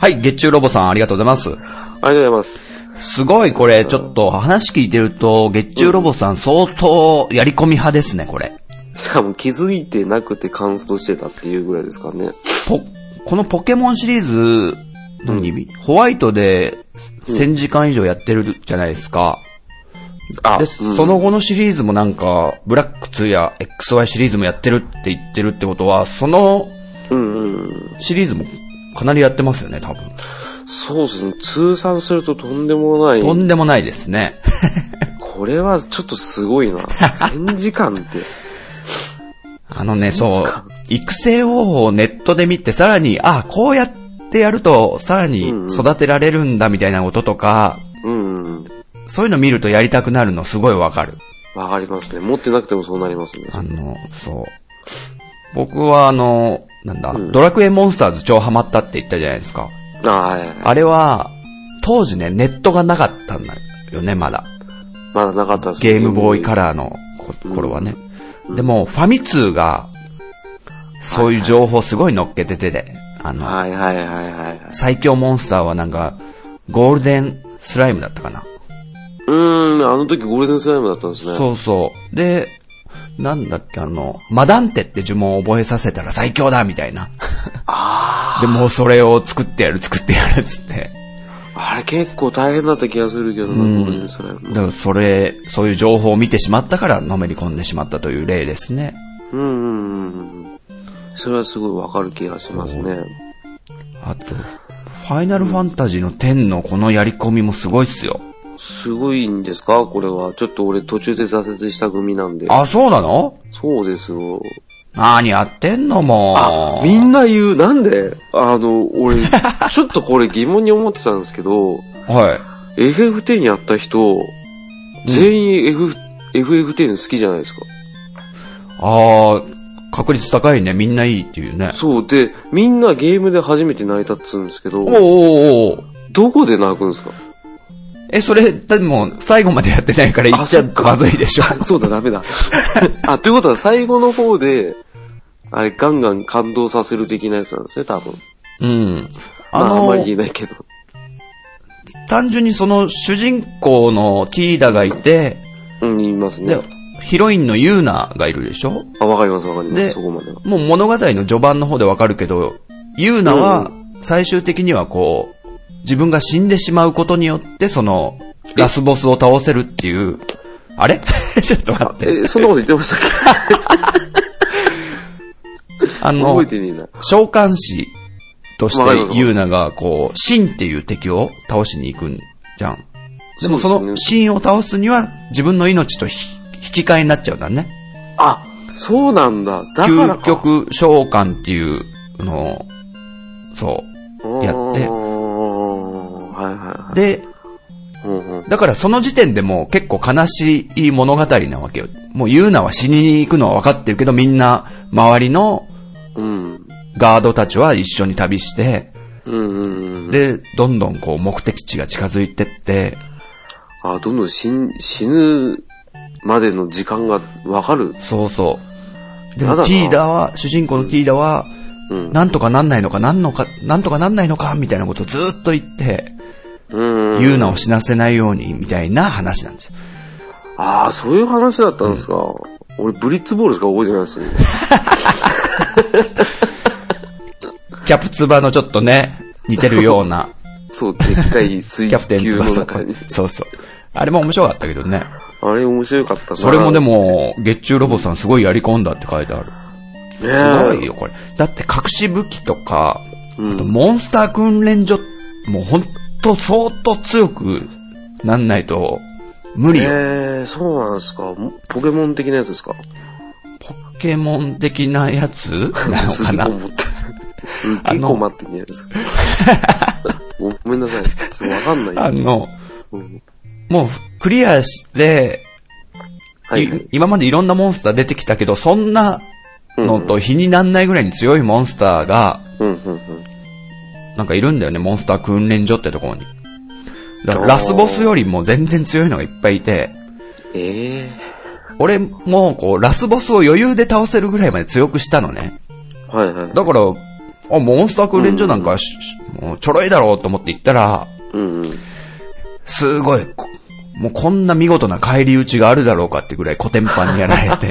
Speaker 2: はい、月中ロボさんありがとうございます。
Speaker 3: ありがとうございます。
Speaker 2: すごいこれ、ちょっと話聞いてると、月中ロボさん相当やり込み派ですね、これ。
Speaker 3: しかも気づいてなくてカンストしてたっていうぐらいですからね。
Speaker 2: ポ、このポケモンシリーズのに、ホワイトで1000時間以上やってるじゃないですか。
Speaker 3: あ
Speaker 2: で、
Speaker 3: うん
Speaker 2: その後のシリーズもなんか、ブラック2や XY シリーズもやってるって言ってるってことは、その
Speaker 3: うんうん。
Speaker 2: シリーズもかなりやってますよね、多分。
Speaker 3: そうですね。通算するととんでもない。
Speaker 2: とんでもないですね。
Speaker 3: これはちょっとす ごいな。1000時間って。
Speaker 2: あのね、そ
Speaker 3: そう
Speaker 2: う
Speaker 3: か、
Speaker 2: 育成方法をネットで見て、さらに、あ、こうやってやると、さらに
Speaker 3: うんうん
Speaker 2: 育てられるんだみたいなこととか、
Speaker 3: うんうん。
Speaker 2: そういうの見るとやりたくなるのすごいわかる。
Speaker 3: わかりますね。持ってなくてもそうなりますね。
Speaker 2: あの、そう。僕はあの、なんだ、ドラクエモンスターズ超ハマったって言ったじゃないですか。
Speaker 3: あはいはいはい。
Speaker 2: あれは、当時ね、ネットがなかったんだよね、まだ。
Speaker 3: まだなかったです
Speaker 2: ゲームボーイカラーのこ頃はね。でも、ファミ通が、そういう情報すごい乗っけててで、あの、
Speaker 3: はいはいはいはいはい。
Speaker 2: 最強モンスターはなんか、ゴールデンスライムだったかな。
Speaker 3: うーん、あの時ゴールデンスライムだったんですね。
Speaker 2: そうそう。で、なんだっけ、あの、マダンテって呪文を覚えさせたら最強だ、みたいな。
Speaker 3: あ
Speaker 2: で、もうそれを作ってやる、作ってやる、つって。
Speaker 3: あ、あれ結構大変だった気がするけどな、ゴールデンスライ
Speaker 2: だ
Speaker 3: ム。
Speaker 2: からそれ、そういう情報を見てしまったから、のめり込んでしまったという例ですね。
Speaker 3: うんうんうんうん。それはすごいわかる気がしますね。
Speaker 2: あと、ファイナルファンタジーの10のこのやり込みもすごいっすよ。
Speaker 3: すごいんですかこれは。ちょっと俺途中で挫折した組なんで。
Speaker 2: あ、そうなの
Speaker 3: そうですよ。
Speaker 2: 何やってんのも
Speaker 3: あ、
Speaker 2: う。
Speaker 3: みんな言う。なんであの、俺、ちょっとこれ疑問に思ってたんですけど、
Speaker 2: は
Speaker 3: FF10 やった人、全員 F、FF10 好きじゃないですか。
Speaker 2: い。ああ、確率高いね。みんないいっていうね。
Speaker 3: そう。で、みんなゲームで初めて泣いたっつうんですけ
Speaker 2: お、
Speaker 3: ど
Speaker 2: おおーおー
Speaker 3: どこで泣くんですか
Speaker 2: え、それ、でも、最後までやってないから言っちゃ
Speaker 3: あそっか
Speaker 2: まずいでしょ。
Speaker 3: あ そうだ、ダ メだ。あ、ということは最後の方で、あれ、ガンガン感動させる的なやつなんですね、多分。
Speaker 2: うん。あ
Speaker 3: まあ、あん
Speaker 2: の
Speaker 3: まり言えないけど。
Speaker 2: 単純にその主人公のティーダがいて、
Speaker 3: うん、言いますね
Speaker 2: で。、ヒロインのユーナがいるでしょ
Speaker 3: あ、わかります、わかりま、
Speaker 2: です
Speaker 3: そこまでは。
Speaker 2: もう物語の序盤の方でわかるけど、ユーナは最終的にはこう、自分が死んでしまうことによって、その、ラスボスを倒せるっていう、あれ ちょっと待って。
Speaker 3: え、そんなこと言ってましたっ
Speaker 2: あ
Speaker 3: け
Speaker 2: の
Speaker 3: 覚え、てねえな。
Speaker 2: 召喚師とし
Speaker 3: わかりま
Speaker 2: て
Speaker 3: す
Speaker 2: ユーナがこう、シンっていう敵を倒しに行くんじゃん。でもそ
Speaker 3: そうで
Speaker 2: の
Speaker 3: す
Speaker 2: シンを倒すには自分の命とひ引き換えになっちゃうんだね。
Speaker 3: あ、そうなんだ。だから
Speaker 2: 究
Speaker 3: か。
Speaker 2: 極召喚っていうのを、そう。やって
Speaker 3: うーんはいはいは
Speaker 2: で、
Speaker 3: い。うんうん
Speaker 2: だからその時点でもう結構悲しい物語なわけよ。もうユーナは死にに行くのは分かってるけど、みんな周りの
Speaker 3: うん。
Speaker 2: ガードたちは一緒に旅して、
Speaker 3: うんうんうん。
Speaker 2: で、どんどんこう目的地が近づいてって、
Speaker 3: あ、どんどん死ん死ぬまでの時間がわかる。
Speaker 2: そうそう。で
Speaker 3: や
Speaker 2: も
Speaker 3: だな
Speaker 2: ティーダは、主人公のティーダは、
Speaker 3: うん。
Speaker 2: なんとかなんないのか、なんのか、なんとかなんないのか、みたいなことをずーっと言って、
Speaker 3: うんうん。
Speaker 2: ユーナを死なせないように、みたいな話なんですよ。
Speaker 3: ああ、そういう話だったんですか。俺、ブリッツボールしか覚えてないですね。
Speaker 2: キャプツバのちょっとね、似てるよう な、
Speaker 3: そう、でっかい水
Speaker 2: キャプテン
Speaker 3: 球の
Speaker 2: 翼
Speaker 3: 中に。。
Speaker 2: そうそう。あれも面白かったけどね。
Speaker 3: あれ面白かったな。
Speaker 2: それもでも、月中ロボさんすごいやり込んだって書いてある。
Speaker 3: ねえ、
Speaker 2: すごいよ、これ。だって隠し武器とか、
Speaker 3: うん
Speaker 2: あとモンスター訓練所、もうほんと相当強くなんないと、無理よ。
Speaker 3: えー、そうなんですか。もポケモン的なやつですか
Speaker 2: ポケモン的なやつ なの
Speaker 3: す
Speaker 2: か
Speaker 3: げえ
Speaker 2: な
Speaker 3: 思って。すっげえ困ってんじゃない ですか。ごめんなさい。ちょっとわかんない。
Speaker 2: あの、
Speaker 3: うん
Speaker 2: もうクリアして、
Speaker 3: はいはい
Speaker 2: い今までいろんなモンスター出てきたけど、そんなのと比になんないぐらいに強いモンスターが、
Speaker 3: うんうんうん。
Speaker 2: なんかいるんだよね、モンスター訓練所ってところに。だからラスボスよりも全然強いのがいっぱいいて、
Speaker 3: ええ
Speaker 2: 俺もこう、ラスボスを余裕で倒せるぐらいまで強くしたのね。
Speaker 3: ー。はいはい。
Speaker 2: だから、あ、モンスター訓練所なんかし、もうちょろいだろうと思って行ったら、
Speaker 3: うんうん。
Speaker 2: すごい、こもうこんな見事な返り討ちがあるだろうかってぐらいコテンパンにやられ て。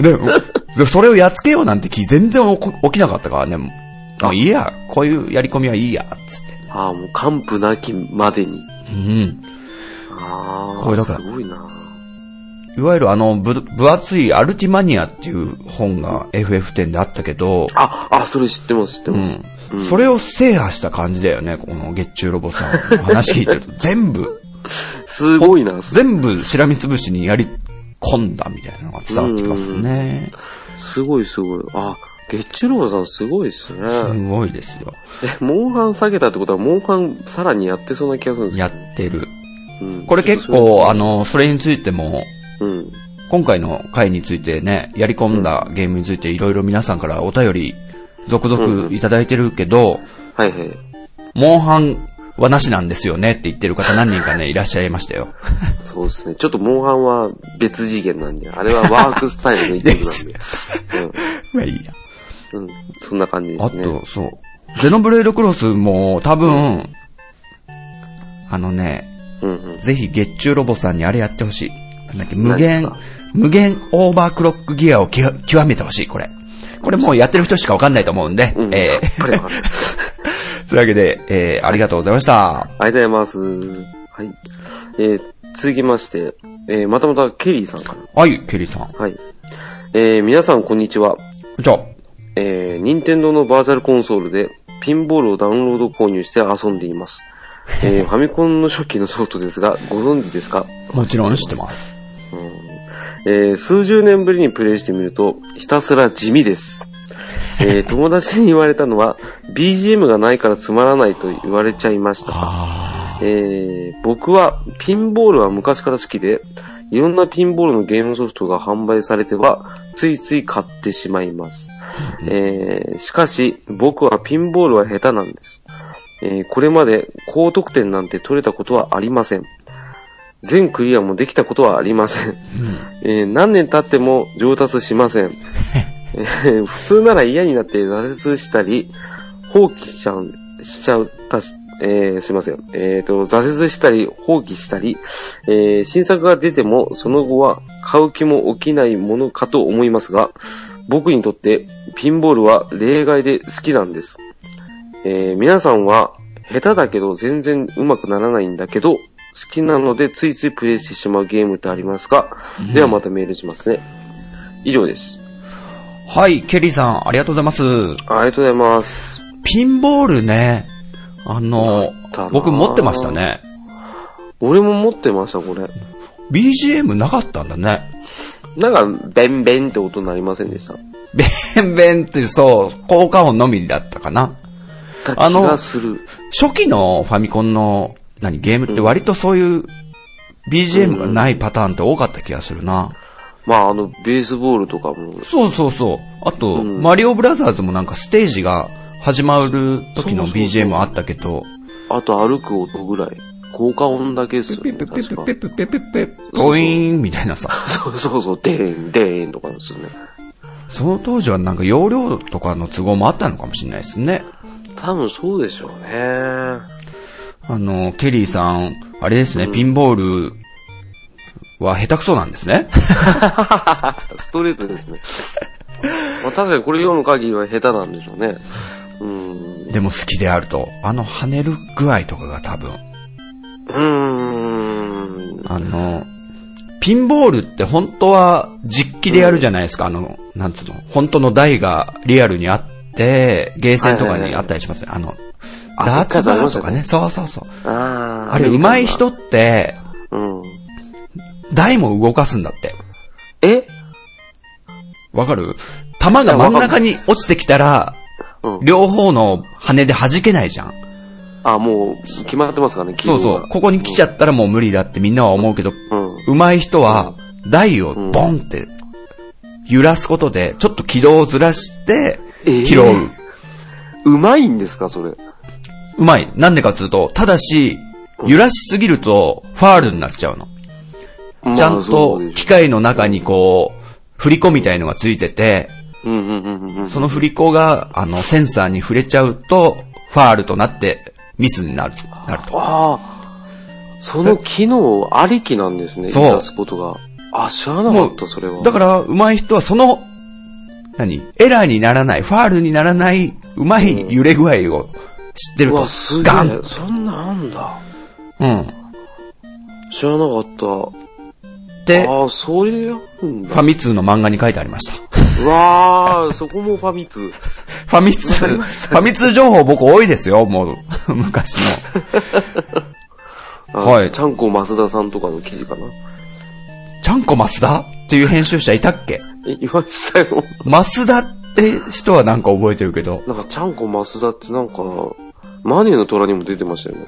Speaker 2: でもで、それをやっつけようなんて気全然起こ起きなかったからね。もうもういいや、こういうやり込みはいいや、つって。
Speaker 3: ああ、もう完膚なきまでに。
Speaker 2: うん。
Speaker 3: ああ、
Speaker 2: これだから
Speaker 3: すごいな。
Speaker 2: いわゆるあの、ぶ、分厚いアルティマニアっていう本が FF10 であったけど、
Speaker 3: あ、あ、それ知ってます、知ってます。
Speaker 2: うん。それを制覇した感じだよね、この月中ロボさん。話聞い てると。全部、
Speaker 3: すごいな。す
Speaker 2: 全部しらみつぶしにやり込んだみたいなのが伝わってきますね。
Speaker 3: すごいすごい。あ、月中ロボさんすごいですね。
Speaker 2: すごいですよ。
Speaker 3: え、モンハン下げたってことは、モンハンさらにやってそうな気がするんです
Speaker 2: や
Speaker 3: け
Speaker 2: ってる。
Speaker 3: ど。うん
Speaker 2: これ結。構、あの、それについても、
Speaker 3: うん。
Speaker 2: 今回の回についてね、やり込んだゲームについていろいろ皆さんからお便り、続々いただいてるけど、
Speaker 3: はいはい。
Speaker 2: モンハンはなしなんですよねって言ってる方何人 かね、いらっしゃいましたよ。
Speaker 3: そうですね。ちょっとモンハンは別次元なんで、あれはワークスタイルの一 部なんで。
Speaker 2: まあいいや。
Speaker 3: うん。うん。そんな感じで
Speaker 2: あ
Speaker 3: すね。
Speaker 2: と、そう。ゼノブレイドクロスも多分、あのね、
Speaker 3: うんうん。
Speaker 2: ぜひ月中ロボさんにあれやってほしい。なんだっけ、無
Speaker 3: 何です
Speaker 2: 限
Speaker 3: か、
Speaker 2: 無限オーバークロックギアをきわ極めてほしい、これ。これもうやってる人しかわかんないと思うんで、
Speaker 3: うん、
Speaker 2: え
Speaker 3: さっ
Speaker 2: ー
Speaker 3: ぱりわかんない。
Speaker 2: というわけで、えーありがとうございました。
Speaker 3: ありがとうございます。はい。えー、続きまして、えー、またまたケリーさんから。
Speaker 2: はい、ケリーさん。
Speaker 3: はい。えー、皆さんこんにちは。
Speaker 2: じゃあ、
Speaker 3: えー、任天堂のバーチャルコンソールで、ピンボールをダウンロード購入して遊んでいます。えー、ファミコンの初期のソフトですが、ご存知ですか
Speaker 2: もちろん知ってます。
Speaker 3: えー数十年ぶりにプレイしてみると、ひたすら地味です。えー友達に言われたのは、BGM がないからつまらないと言われちゃいました。えー僕はピンボールは昔から好きで、いろんなピンボールのゲームソフトが販売されては、ついつい買ってしまいます。えーしかし、僕はピンボールは下手なんです。えーこれまで高得点なんて取れたことはありません。全クリアもできたことはありません。えー何年経っても上達しません。えー普通なら嫌になって挫折したり、放棄しちゃう、しちゃうたし、えーすいません。えっ、と、挫折したり、放棄したり、えー新作が出ても、その後は買う気も起きないものかと思いますが、僕にとってピンボールは例外で好きなんです。えー皆さんは、下手だけど全然上手くならないんだけど、好きなのでついついプレイしてしまうゲームってありますか、ではまたメールしますね。以上です。
Speaker 2: はい、ケリーさん、ありがとうございます。
Speaker 3: ありがとうございます。
Speaker 2: ピンボールね、あの
Speaker 3: たな、
Speaker 2: 僕持ってましたね。
Speaker 3: 俺も持ってました、これ。
Speaker 2: BGM なかったんだね。
Speaker 3: なんか、ベンベンって音になりませんでした。
Speaker 2: ベンベンってそう、効果音のみだったかな。
Speaker 3: た気
Speaker 2: あの
Speaker 3: がする。
Speaker 2: 初期のファミコンの、何、ゲームって割とそういう BGM がないパターンって多かった気がするな。
Speaker 3: まあ、あの、ベースボールとかも。
Speaker 2: そうそうそう。あと、マリオブラザーズもなんかステージが始まる時の
Speaker 3: そうそうそう
Speaker 2: BGM あったけど、
Speaker 3: あと、歩く音ぐらい。効果音だけっすよ
Speaker 2: ペッ
Speaker 3: ね。
Speaker 2: ペッペ
Speaker 3: 確
Speaker 2: ッ
Speaker 3: か
Speaker 2: ペッペッペッペッペッ、ポイーンみたいなさ。
Speaker 3: そうそうそう、でーん、でーんとかですよね。
Speaker 2: その当時はなんか容量とかの都合もあったのかもしれないですね。
Speaker 3: 多分そうでしょうね。
Speaker 2: あの、ケリーさん、あれですね、ピンボールは下手くそなんですね。
Speaker 3: ストレートですね。まあ、確かにこれ読む限りは下手なんでしょうね。うーん。
Speaker 2: でも好きであると、あの跳ねる具合とかが多分、
Speaker 3: うーん。
Speaker 2: あの、ピンボールって本当は実機でやるじゃないですか、あの、なんつうの、本当の台がリアルにあって、ゲーセンとかにあったりしますね。あの、
Speaker 3: あ
Speaker 2: ダーツバーとかね、
Speaker 3: あ
Speaker 2: そうそうそう。
Speaker 3: あー
Speaker 2: あれ上手い人って、
Speaker 3: うん。
Speaker 2: 台も動かすんだって。
Speaker 3: え
Speaker 2: わかる弾が真ん中に落ちてきたら、
Speaker 3: うん。
Speaker 2: 両方の羽で弾けないじゃん。
Speaker 3: あ、もう、決まってますかね、
Speaker 2: そうそう。ここに来ちゃったらもう無理だってみんなは思うけど、
Speaker 3: うん
Speaker 2: 上手い人は、台をボンって揺らすことで、ちょっと軌道をずらして、
Speaker 3: ええ
Speaker 2: 拾う。
Speaker 3: う。うまいんですか、それ。
Speaker 2: うまい。なんでかっつうと、ただし、揺らしすぎると、ファールになっちゃうの。ちゃ
Speaker 3: ま
Speaker 2: ん
Speaker 3: あそ
Speaker 2: と
Speaker 3: うでしょう、
Speaker 2: 機械の中にこう、振り子みたいのがついてて、
Speaker 3: うんうんうんうんうん。
Speaker 2: その振り子が、あの、センサーに触れちゃうと、ファールとなって、ミスになる、なると。
Speaker 3: ああ、その機能ありきなんですね、
Speaker 2: そう
Speaker 3: 言い出すことが。あ、知らなかった、それは。
Speaker 2: だから、上手い人はその、何エラーにならない、ファールにならない、上手い揺れ具合を知ってる
Speaker 3: う
Speaker 2: と。
Speaker 3: わ、すげ
Speaker 2: ガ
Speaker 3: え
Speaker 2: ン。
Speaker 3: そんなんあんだ。
Speaker 2: うん。
Speaker 3: 知らなかった。
Speaker 2: で、
Speaker 3: ああ、そういうなん
Speaker 2: ファ
Speaker 3: だ。
Speaker 2: ミ通の漫画に書いてありました。
Speaker 3: うわあ、そこもファミ通。
Speaker 2: ファミ通、
Speaker 3: わかり
Speaker 2: フ
Speaker 3: ました
Speaker 2: ァミ通情報僕多いですよ、もう、 昔の。
Speaker 3: あ
Speaker 2: はい
Speaker 3: ちゃんこ増田さんとかの記事かな。
Speaker 2: ちゃんこマスダっていう編集者いたっけ
Speaker 3: え、言いましたよ。
Speaker 2: マスダって人はなんか覚えてるけど。
Speaker 3: なんか、ちゃんこ増田ってなんか、マネーの虎にも出てましたよね。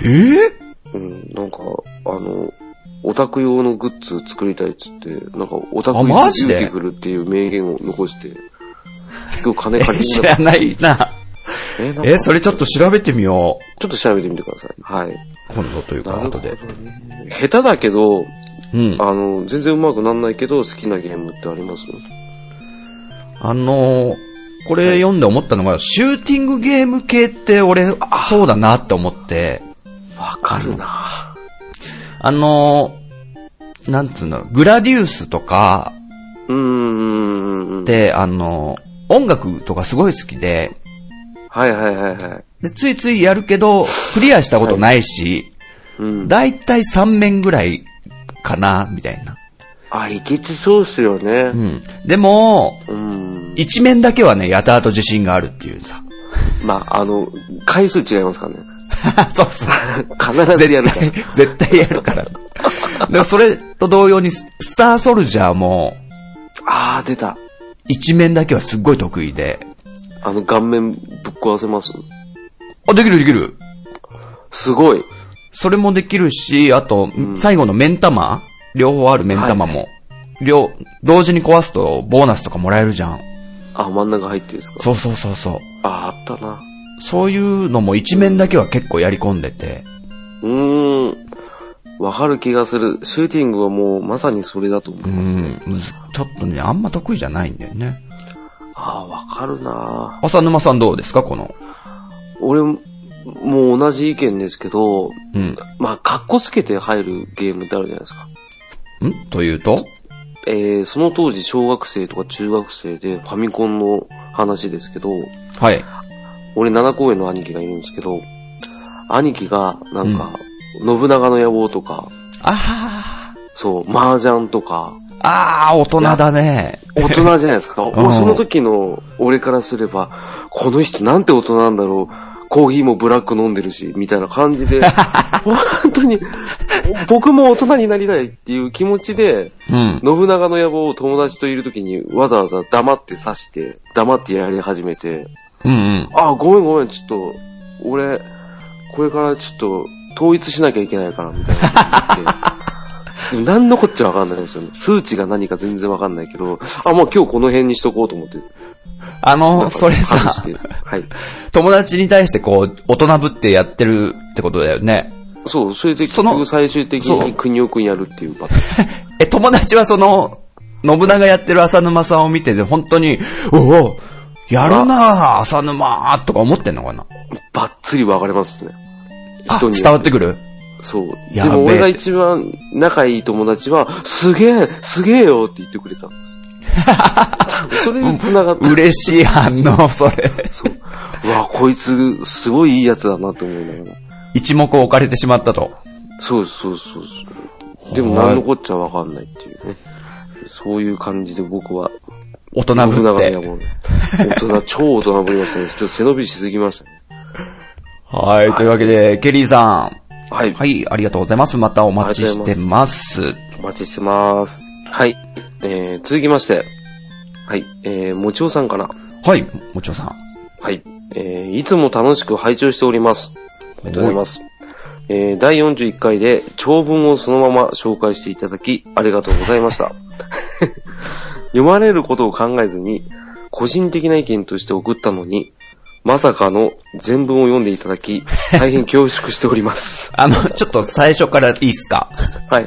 Speaker 2: えぇ、
Speaker 3: うん、なんか、あの、オタク用のグッズ作りたいっつって、なんか、オタク
Speaker 2: あ
Speaker 3: に
Speaker 2: マジで
Speaker 3: 出てくるっていう名言を残して、結局金
Speaker 2: え
Speaker 3: 借り
Speaker 2: 知
Speaker 3: にな
Speaker 2: ら
Speaker 3: っ
Speaker 2: ないな。
Speaker 3: たえなんか
Speaker 2: え、それちょっと調べてみよう。
Speaker 3: ちょっと調べてみてください。はい。
Speaker 2: 今度というか、後で。
Speaker 3: ね。下手だけど、
Speaker 2: うん。
Speaker 3: あの、全然上手くなんないけど、好きなゲームってあります
Speaker 2: あのー、これ読んで思ったのが、シューティングゲーム系って俺、そうだなって思って、
Speaker 3: あわかるな
Speaker 2: あのー、なんつうの、グラディウスとか
Speaker 3: うーん。
Speaker 2: で、あのー、音楽とかすごい好きで、
Speaker 3: はいはいはいはい。
Speaker 2: でついついやるけど、クリアしたことないし、
Speaker 3: うん。
Speaker 2: だいたい3面ぐらいかな、みたいな。
Speaker 3: あ、いけてそうっすよね
Speaker 2: う。ん。でも、
Speaker 3: うん。
Speaker 2: 1面だけはね、やたらと自信があるっていうさ。
Speaker 3: まあ、あの、回数違いますからね。
Speaker 2: そうそう。
Speaker 3: 必ずやる
Speaker 2: 絶
Speaker 3: から
Speaker 2: 対。、 絶対やる から。だからそれと同様にス、スターソルジャーも、
Speaker 3: あー、出た。
Speaker 2: 一面だけはすっごい得意で。
Speaker 3: あの、顔面ぶっ壊せます
Speaker 2: あ、できるできる。
Speaker 3: すごい。
Speaker 2: それもできるし、あと、最後のメン玉両方あるメン玉も。両、同時に壊すとボーナスとかもらえるじゃん。
Speaker 3: あ、真ん中入ってるですか
Speaker 2: そうそうそうそう。
Speaker 3: あ、あったな。
Speaker 2: そういうのも一面だけは結構やり込んでて。
Speaker 3: うーん。わかる気がする。シューティングはもうまさにそれだと思いうます。
Speaker 2: ん。むずちょっとね、あんま得意じゃないんだよね。
Speaker 3: あー、わかるな
Speaker 2: 浅沼さんどうですかこの。
Speaker 3: 俺も、もう同じ意見ですけど、
Speaker 2: うん。
Speaker 3: まあ、格好つけて入るゲームってあるじゃないですか。
Speaker 2: んというと
Speaker 3: えー、その当時小学生とか中学生でファミコンの話ですけど、
Speaker 2: はい。
Speaker 3: 俺7公園の兄貴がいるんですけど、兄貴が、なんか、信長の野望とか、
Speaker 2: あ
Speaker 3: そう、麻雀とか、
Speaker 2: あ、ああ、大人だね。
Speaker 3: 大人じゃないですか。
Speaker 2: ん
Speaker 3: 俺その時の俺からすれば、この人なんて大人なんだろう。コーヒーもブラック飲んでるし、みたいな感じで、本当に、僕も大人になりたいっていう気持ちで、
Speaker 2: うん。
Speaker 3: 信長の野望を友達といる時にわざわざ黙って刺して、黙ってやり始めて、
Speaker 2: うんうん。
Speaker 3: あ、ごめんごめん、ちょっと、俺、これからちょっと、統一しなきゃいけないから、みたいなこと言って。でも何のこっちゃわかんないんですよね。数値が何か全然わかんないけど、あ、もう今日この辺にしとこうと思って。
Speaker 2: あの、それ
Speaker 3: 外
Speaker 2: さ
Speaker 3: し、てはい。
Speaker 2: 友達に対してこう、大人ぶってやってるってことだよね。
Speaker 3: そう、それで結
Speaker 2: その
Speaker 3: 局最終的
Speaker 2: そう
Speaker 3: に国尾くんやるっていうパターン。
Speaker 2: え、友達はその、信長やってる浅沼さんを見てて、本当に、おお、やるなぁ、浅沼とか思ってんのかな
Speaker 3: ばっつり分かれますね。
Speaker 2: あ、
Speaker 3: 人に
Speaker 2: 伝
Speaker 3: よって
Speaker 2: わってくる
Speaker 3: そう。
Speaker 2: やべえ
Speaker 3: でも俺が一番仲いい友達は、すげえ、すげえよって言ってくれた んですよ。それに繋がった。
Speaker 2: 嬉しい反応、それ。
Speaker 3: そう。うわ、こいつ、すごいいいやつだなと思いながら。
Speaker 2: 一目置かれてしまったと。
Speaker 3: そうそうそうそう。でも何のこっちゃわかんないっていうね。そういう感じで僕は、
Speaker 2: 大人ぶっ
Speaker 3: 長
Speaker 2: て。
Speaker 3: も大人、超大人ぶりましたね。ちょっと背伸びしすぎましたね。
Speaker 2: はい、というわけで、ケリーさん。
Speaker 3: はい。
Speaker 2: はい、ありがとうございます。またお待ちしてます。
Speaker 3: お待ちしてます。はい。えー、続きまして。はい。えー、もちおさんかな。
Speaker 2: はい、もちろんさん。
Speaker 3: はい。えー、いつも楽しく拝聴しております。ありがとうございます。えー、第41回で長文をそのまま紹介していただき、ありがとうございました。 読まれることを考えずに、個人的な意見として送ったのに、まさかの全文を読んでいただき、大変恐縮しております。
Speaker 2: あの、ちょっと最初からいいっすか
Speaker 3: はい。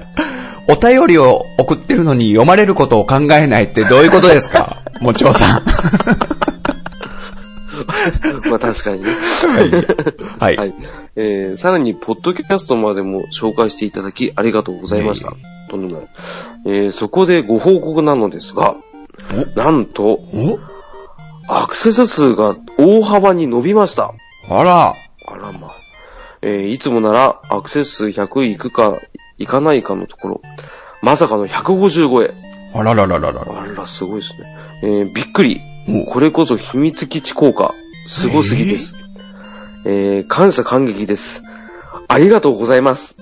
Speaker 2: お便りを送ってるのに読まれることを考えないってどういうことです かもちろんさん。
Speaker 3: まあ確かにね。
Speaker 2: はい。
Speaker 3: はい。えー、さらに、ポッドキャストまでも紹介していただき、ありがとうございました。とんでもない。えー、そこでご報告なのですが、なんと、
Speaker 2: お
Speaker 3: アクセス数が大幅に伸びました。
Speaker 2: あら。
Speaker 3: あらまあ。えー、いつもなら、アクセス数100いくか、いかないかのところ、まさかの155へ。
Speaker 2: あらららららら。
Speaker 3: あら、すごいですね。えー、びっくり
Speaker 2: お。
Speaker 3: これこそ秘密基地効果。すごすぎです。えー感謝感激です。ありがとうございます。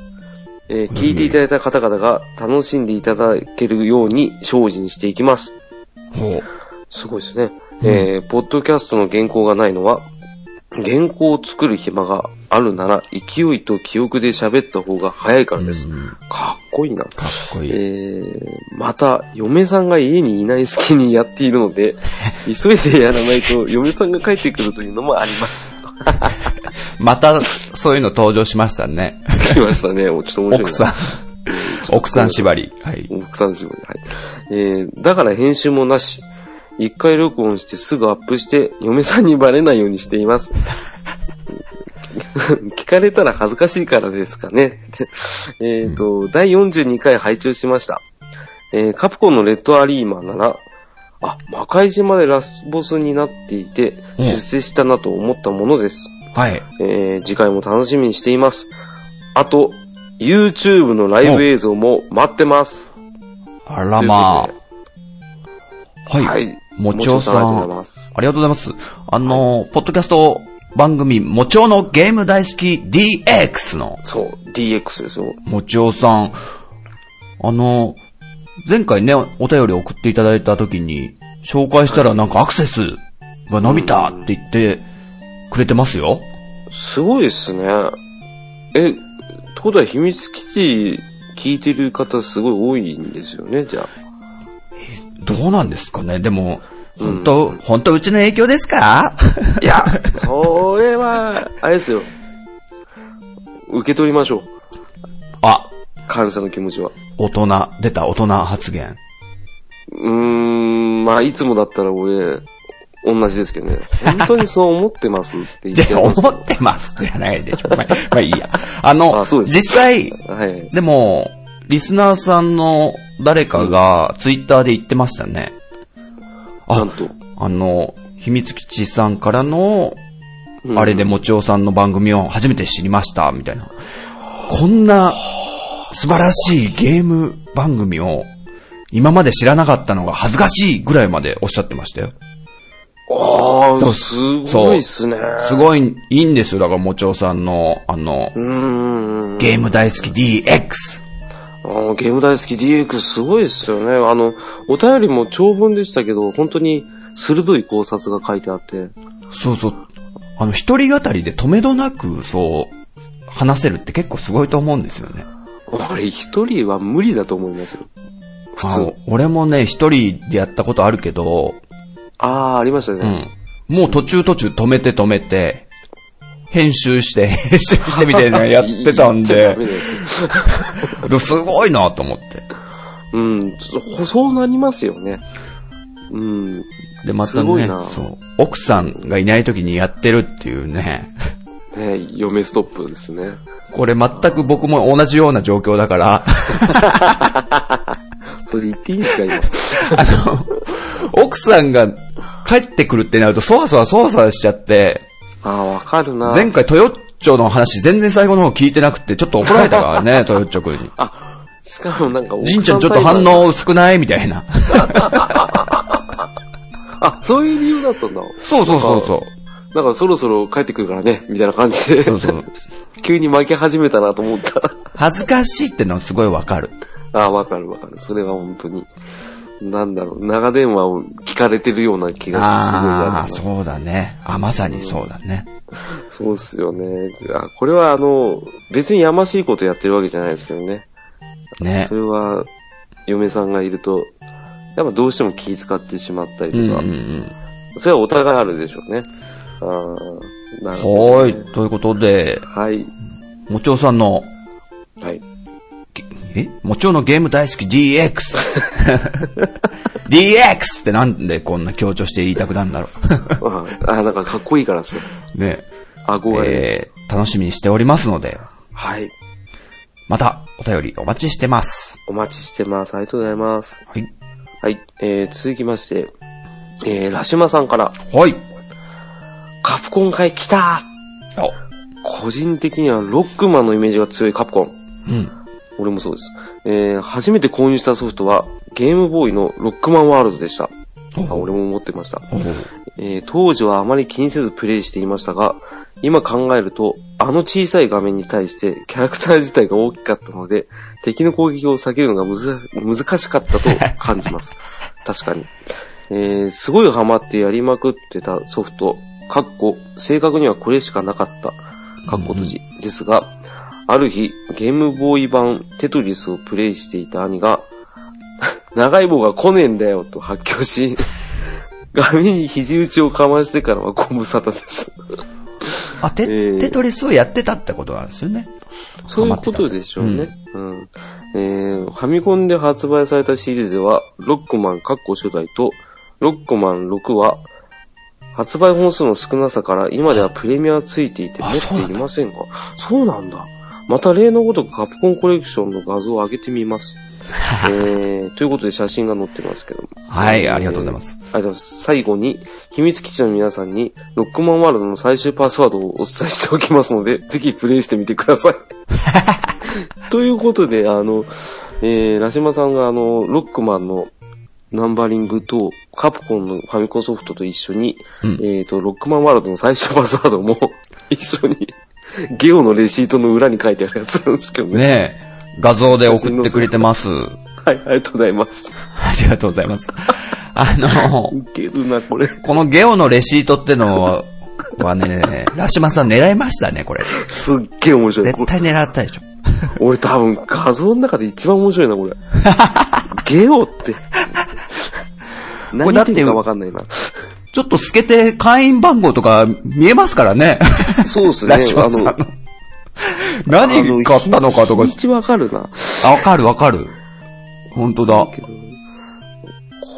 Speaker 3: えー聞いていただいた方々が楽しんでいただけるように精進していきます。
Speaker 2: お
Speaker 3: すごいですね。えー、ポッドキャストの原稿がないのは、原稿を作る暇があるなら、勢いと記憶で喋った方が早いからです。
Speaker 2: うん
Speaker 3: かっこいいな。
Speaker 2: かっこいい。
Speaker 3: えー、また、嫁さんが家にいない隙にやっているの で、急いでやらないと、嫁さんが帰ってくるというのもあり ます。
Speaker 2: また、そういうの登場しましたね。
Speaker 3: 来ましたね。もうちょっと面白いな。
Speaker 2: 奥さん。奥さん縛り。はい。
Speaker 3: 奥さん絞り。はい。えー、だから編集もなし。一回録音してすぐアップして、嫁さんにバレないようにしています。 聞かれたら恥ずかしいからですかね。 えっと、第42回拝聴しました。えーカプコンのレッドアリーマなら、あ、魔界島でラスボスになっていて、
Speaker 2: うん
Speaker 3: 出世したなと思ったものです。
Speaker 2: はい。
Speaker 3: えー次回も楽しみにしています。あと、YouTube のライブ映像も待ってます。
Speaker 2: あらま
Speaker 3: というこ
Speaker 2: あ。
Speaker 3: は
Speaker 2: はいい。もちおさ
Speaker 3: もちおさんありがとうござい
Speaker 2: ん。あ
Speaker 3: ます
Speaker 2: りがとうございます。あの、ポッドキャスト番組、もちおのゲーム大好き DX の
Speaker 3: そう、DX ですよ。
Speaker 2: もちおさん。あの、前回ね、お便り送っていただいた時に、紹介したらなんかアクセスが伸びたって言ってくれてますよ。
Speaker 3: すごいですね。え、ってことは秘密基地聞いてる方すごい多いんですよね、じゃあ。
Speaker 2: どうなんですかねでも、本当、本当うちの影響です か
Speaker 3: いや、それは、あれですよ。受け取りましょう。
Speaker 2: あ、
Speaker 3: 感謝の気持ちは。
Speaker 2: 大人、出た大人発言。
Speaker 3: うーん、まあ、いつもだったら俺、同じですけどね。本当にそう思ってますって言っ
Speaker 2: じ
Speaker 3: ち
Speaker 2: ゃ
Speaker 3: ゃ
Speaker 2: あ
Speaker 3: いますけ
Speaker 2: 思
Speaker 3: ど。
Speaker 2: ってますじゃないでしょ。まあ、まあいいや。あの、
Speaker 3: あそうです
Speaker 2: 実際、
Speaker 3: はい。
Speaker 2: でも、リスナーさんの誰かがツイッターで言ってましたね。あ
Speaker 3: なんと。
Speaker 2: あの、秘密基地さんからの、
Speaker 3: うん
Speaker 2: あれでもちおさんの番組を初めて知りました、みたいな。こんな素晴らしいゲーム番組を今まで知らなかったのが恥ずかしいぐらいまでおっしゃってましたよ。
Speaker 3: あ
Speaker 2: そ
Speaker 3: あ、
Speaker 2: う
Speaker 3: すごいっすね。
Speaker 2: すごい、いいんですよ。だからもちおさんの、あの、
Speaker 3: うーん。
Speaker 2: ゲーム大好き DX。
Speaker 3: あのゲーム大好き DX すごいですよね。あの、お便りも長文でしたけど、本当に鋭い考察が書いてあって。
Speaker 2: そうそう。あの、一人語りで止めどなく、そう、話せるって結構すごいと思うんですよね。
Speaker 3: 俺一人は無理だと思いますよ。普
Speaker 2: あ
Speaker 3: 通
Speaker 2: の。俺もね、一人でやったことあるけど、
Speaker 3: ああ、ありました
Speaker 2: う
Speaker 3: ね。
Speaker 2: ん。もう途中途中止めて止めて、編集して、編集してみたいなのやってたん
Speaker 3: 言っちゃダ
Speaker 2: で
Speaker 3: メ、なやつ
Speaker 2: でもすごいなと思って。
Speaker 3: うん、ちょっとそうなりますよね。うん。
Speaker 2: で、ますた
Speaker 3: ごい
Speaker 2: ね
Speaker 3: な、
Speaker 2: そう、奥さんがいない時にやってるっていうね、
Speaker 3: ね、嫁ストップですね。
Speaker 2: これ全く僕も同じような状況だから、
Speaker 3: それ言っていいんです か、
Speaker 2: あ
Speaker 3: 今。
Speaker 2: の、奥さんが帰ってくるってなると、そわそわそわそわしちゃって、
Speaker 3: ああ、わかるな。
Speaker 2: 前回トヨッチョの話全然最後の方聞いてなくて、ちょっと怒られたからね、トヨッチョ君に。
Speaker 3: あ、しかもなんか、
Speaker 2: じんちゃんちょっと反。応薄くないみたいな。
Speaker 3: あ、そういう理由だったんだ。
Speaker 2: そうそうそうそう。
Speaker 3: だからそろそろ帰ってくるからね、みたいな感じで。
Speaker 2: そうそう。
Speaker 3: 急に負け始めたなと思った。
Speaker 2: 恥ずかしいってのはすごいわかる。
Speaker 3: ああ、わかるわかる。それは本当に。なんだろう、長電話を聞かれてるような気がして、すごい嫌だ
Speaker 2: あ
Speaker 3: な
Speaker 2: あ、そうだね。あ、まさにそうだね。
Speaker 3: そうっすよね。あこれはあの、別にやましいことやってるわけじゃないですけどね。
Speaker 2: ね
Speaker 3: そ。れは、嫁さんがいると、やっぱどうしても気遣ってしまったりと
Speaker 2: うんうんう
Speaker 3: か、
Speaker 2: ん。
Speaker 3: それはお互いあるでしょうね。ああ、なるほど
Speaker 2: は
Speaker 3: ね、
Speaker 2: ーい。ということで、
Speaker 3: はい。
Speaker 2: もちおさんの、
Speaker 3: はい。
Speaker 2: えもちおのゲーム大好き DX。DX ってなんでこんな強調して言いたくなるんだろ
Speaker 3: ああ、なんかかっこいいからですよ。
Speaker 2: う。 ね。
Speaker 3: 憧れです。
Speaker 2: えー、楽しみにしておりますので、
Speaker 3: はい。
Speaker 2: またお便りお待ちしてます。
Speaker 3: お待ちしてます。ありがとうございます。
Speaker 2: はい。
Speaker 3: はい、えー、続きまして、えー、ラシマさんから、
Speaker 2: はい。
Speaker 3: カプコン会来た個人的にはロックマンのイメージが強いカプコン。
Speaker 2: お、うん。
Speaker 3: 俺もそうです。えー、初めて購入したソフトは、ゲームボーイのロックマンワールドでした。あ、俺も持ってました。
Speaker 2: お
Speaker 3: えー、当時はあまり気にせずプレイしていましたが、今考えると、あの小さい画面に対してキャラクター自体が大きかったので、敵の攻撃を避けるのがむず難しかったと感じます。確かに。えー、すごいハマってやりまくってたソフト、かっこ、正確にはこれしかなかった、かっこ閉じ、ですが、ある日、ゲームボーイ版テトリスをプレイしていた兄が、 長い棒が来ねえんだよと発狂し、画面に肘打ちをかましてからはご無沙汰です。
Speaker 2: あ、テ、
Speaker 3: えー
Speaker 2: テトリスをやってたってことなんですよね。
Speaker 3: そういうことでしょうね。うんえーファミコンで発売された CD では、ロックマン括弧初代と、ロックマン6は、発売本数の少なさから今ではプレミアついていて持
Speaker 2: あ
Speaker 3: っていませんが、そうなんだ。また例のごとくカプコンコレクションの画像を上げてみます。えー、ということで写真が載ってますけども。
Speaker 2: はい、ありがとうございます
Speaker 3: ありがとう。ございます。最後に、秘密基地の皆さんに、ロックマンワールドの最終パスワードをお伝えしておきますので、 ぜひプレイしてみてく ださい。ということで、あの、えー、ラシマさんがあの、ロックマンのナンバリングと、カプコンのファミコンソフトと一緒に、
Speaker 2: うん
Speaker 3: えっ、と、ロックマンワールドの最終パスワードも、一緒に、ゲオのレシートの裏に書いてあるやつなんですけどね。
Speaker 2: ねえ、画像で送ってくれてます。
Speaker 3: はい、ありがとうございます。
Speaker 2: ありがとうござい ます。あの、
Speaker 3: ウケるな、これ。
Speaker 2: このゲオのレシートってのはね、ラシマさん狙いましたね、これ。
Speaker 3: すっげえ面白い。
Speaker 2: 絶対狙ったでしょ。
Speaker 3: 俺多分画像の中で一番面白い な、これ。ゲオって。
Speaker 2: こ
Speaker 3: 何
Speaker 2: れだ
Speaker 3: 言
Speaker 2: っ
Speaker 3: っててるかわかんないな。
Speaker 2: ちょっと透けて会員番号とか見えますからね。
Speaker 3: そうっすね。
Speaker 2: ラシマさんの。何買ったのかとか。
Speaker 3: 日にちわかるな。
Speaker 2: あ、わかるわかる。本当だ。
Speaker 3: けど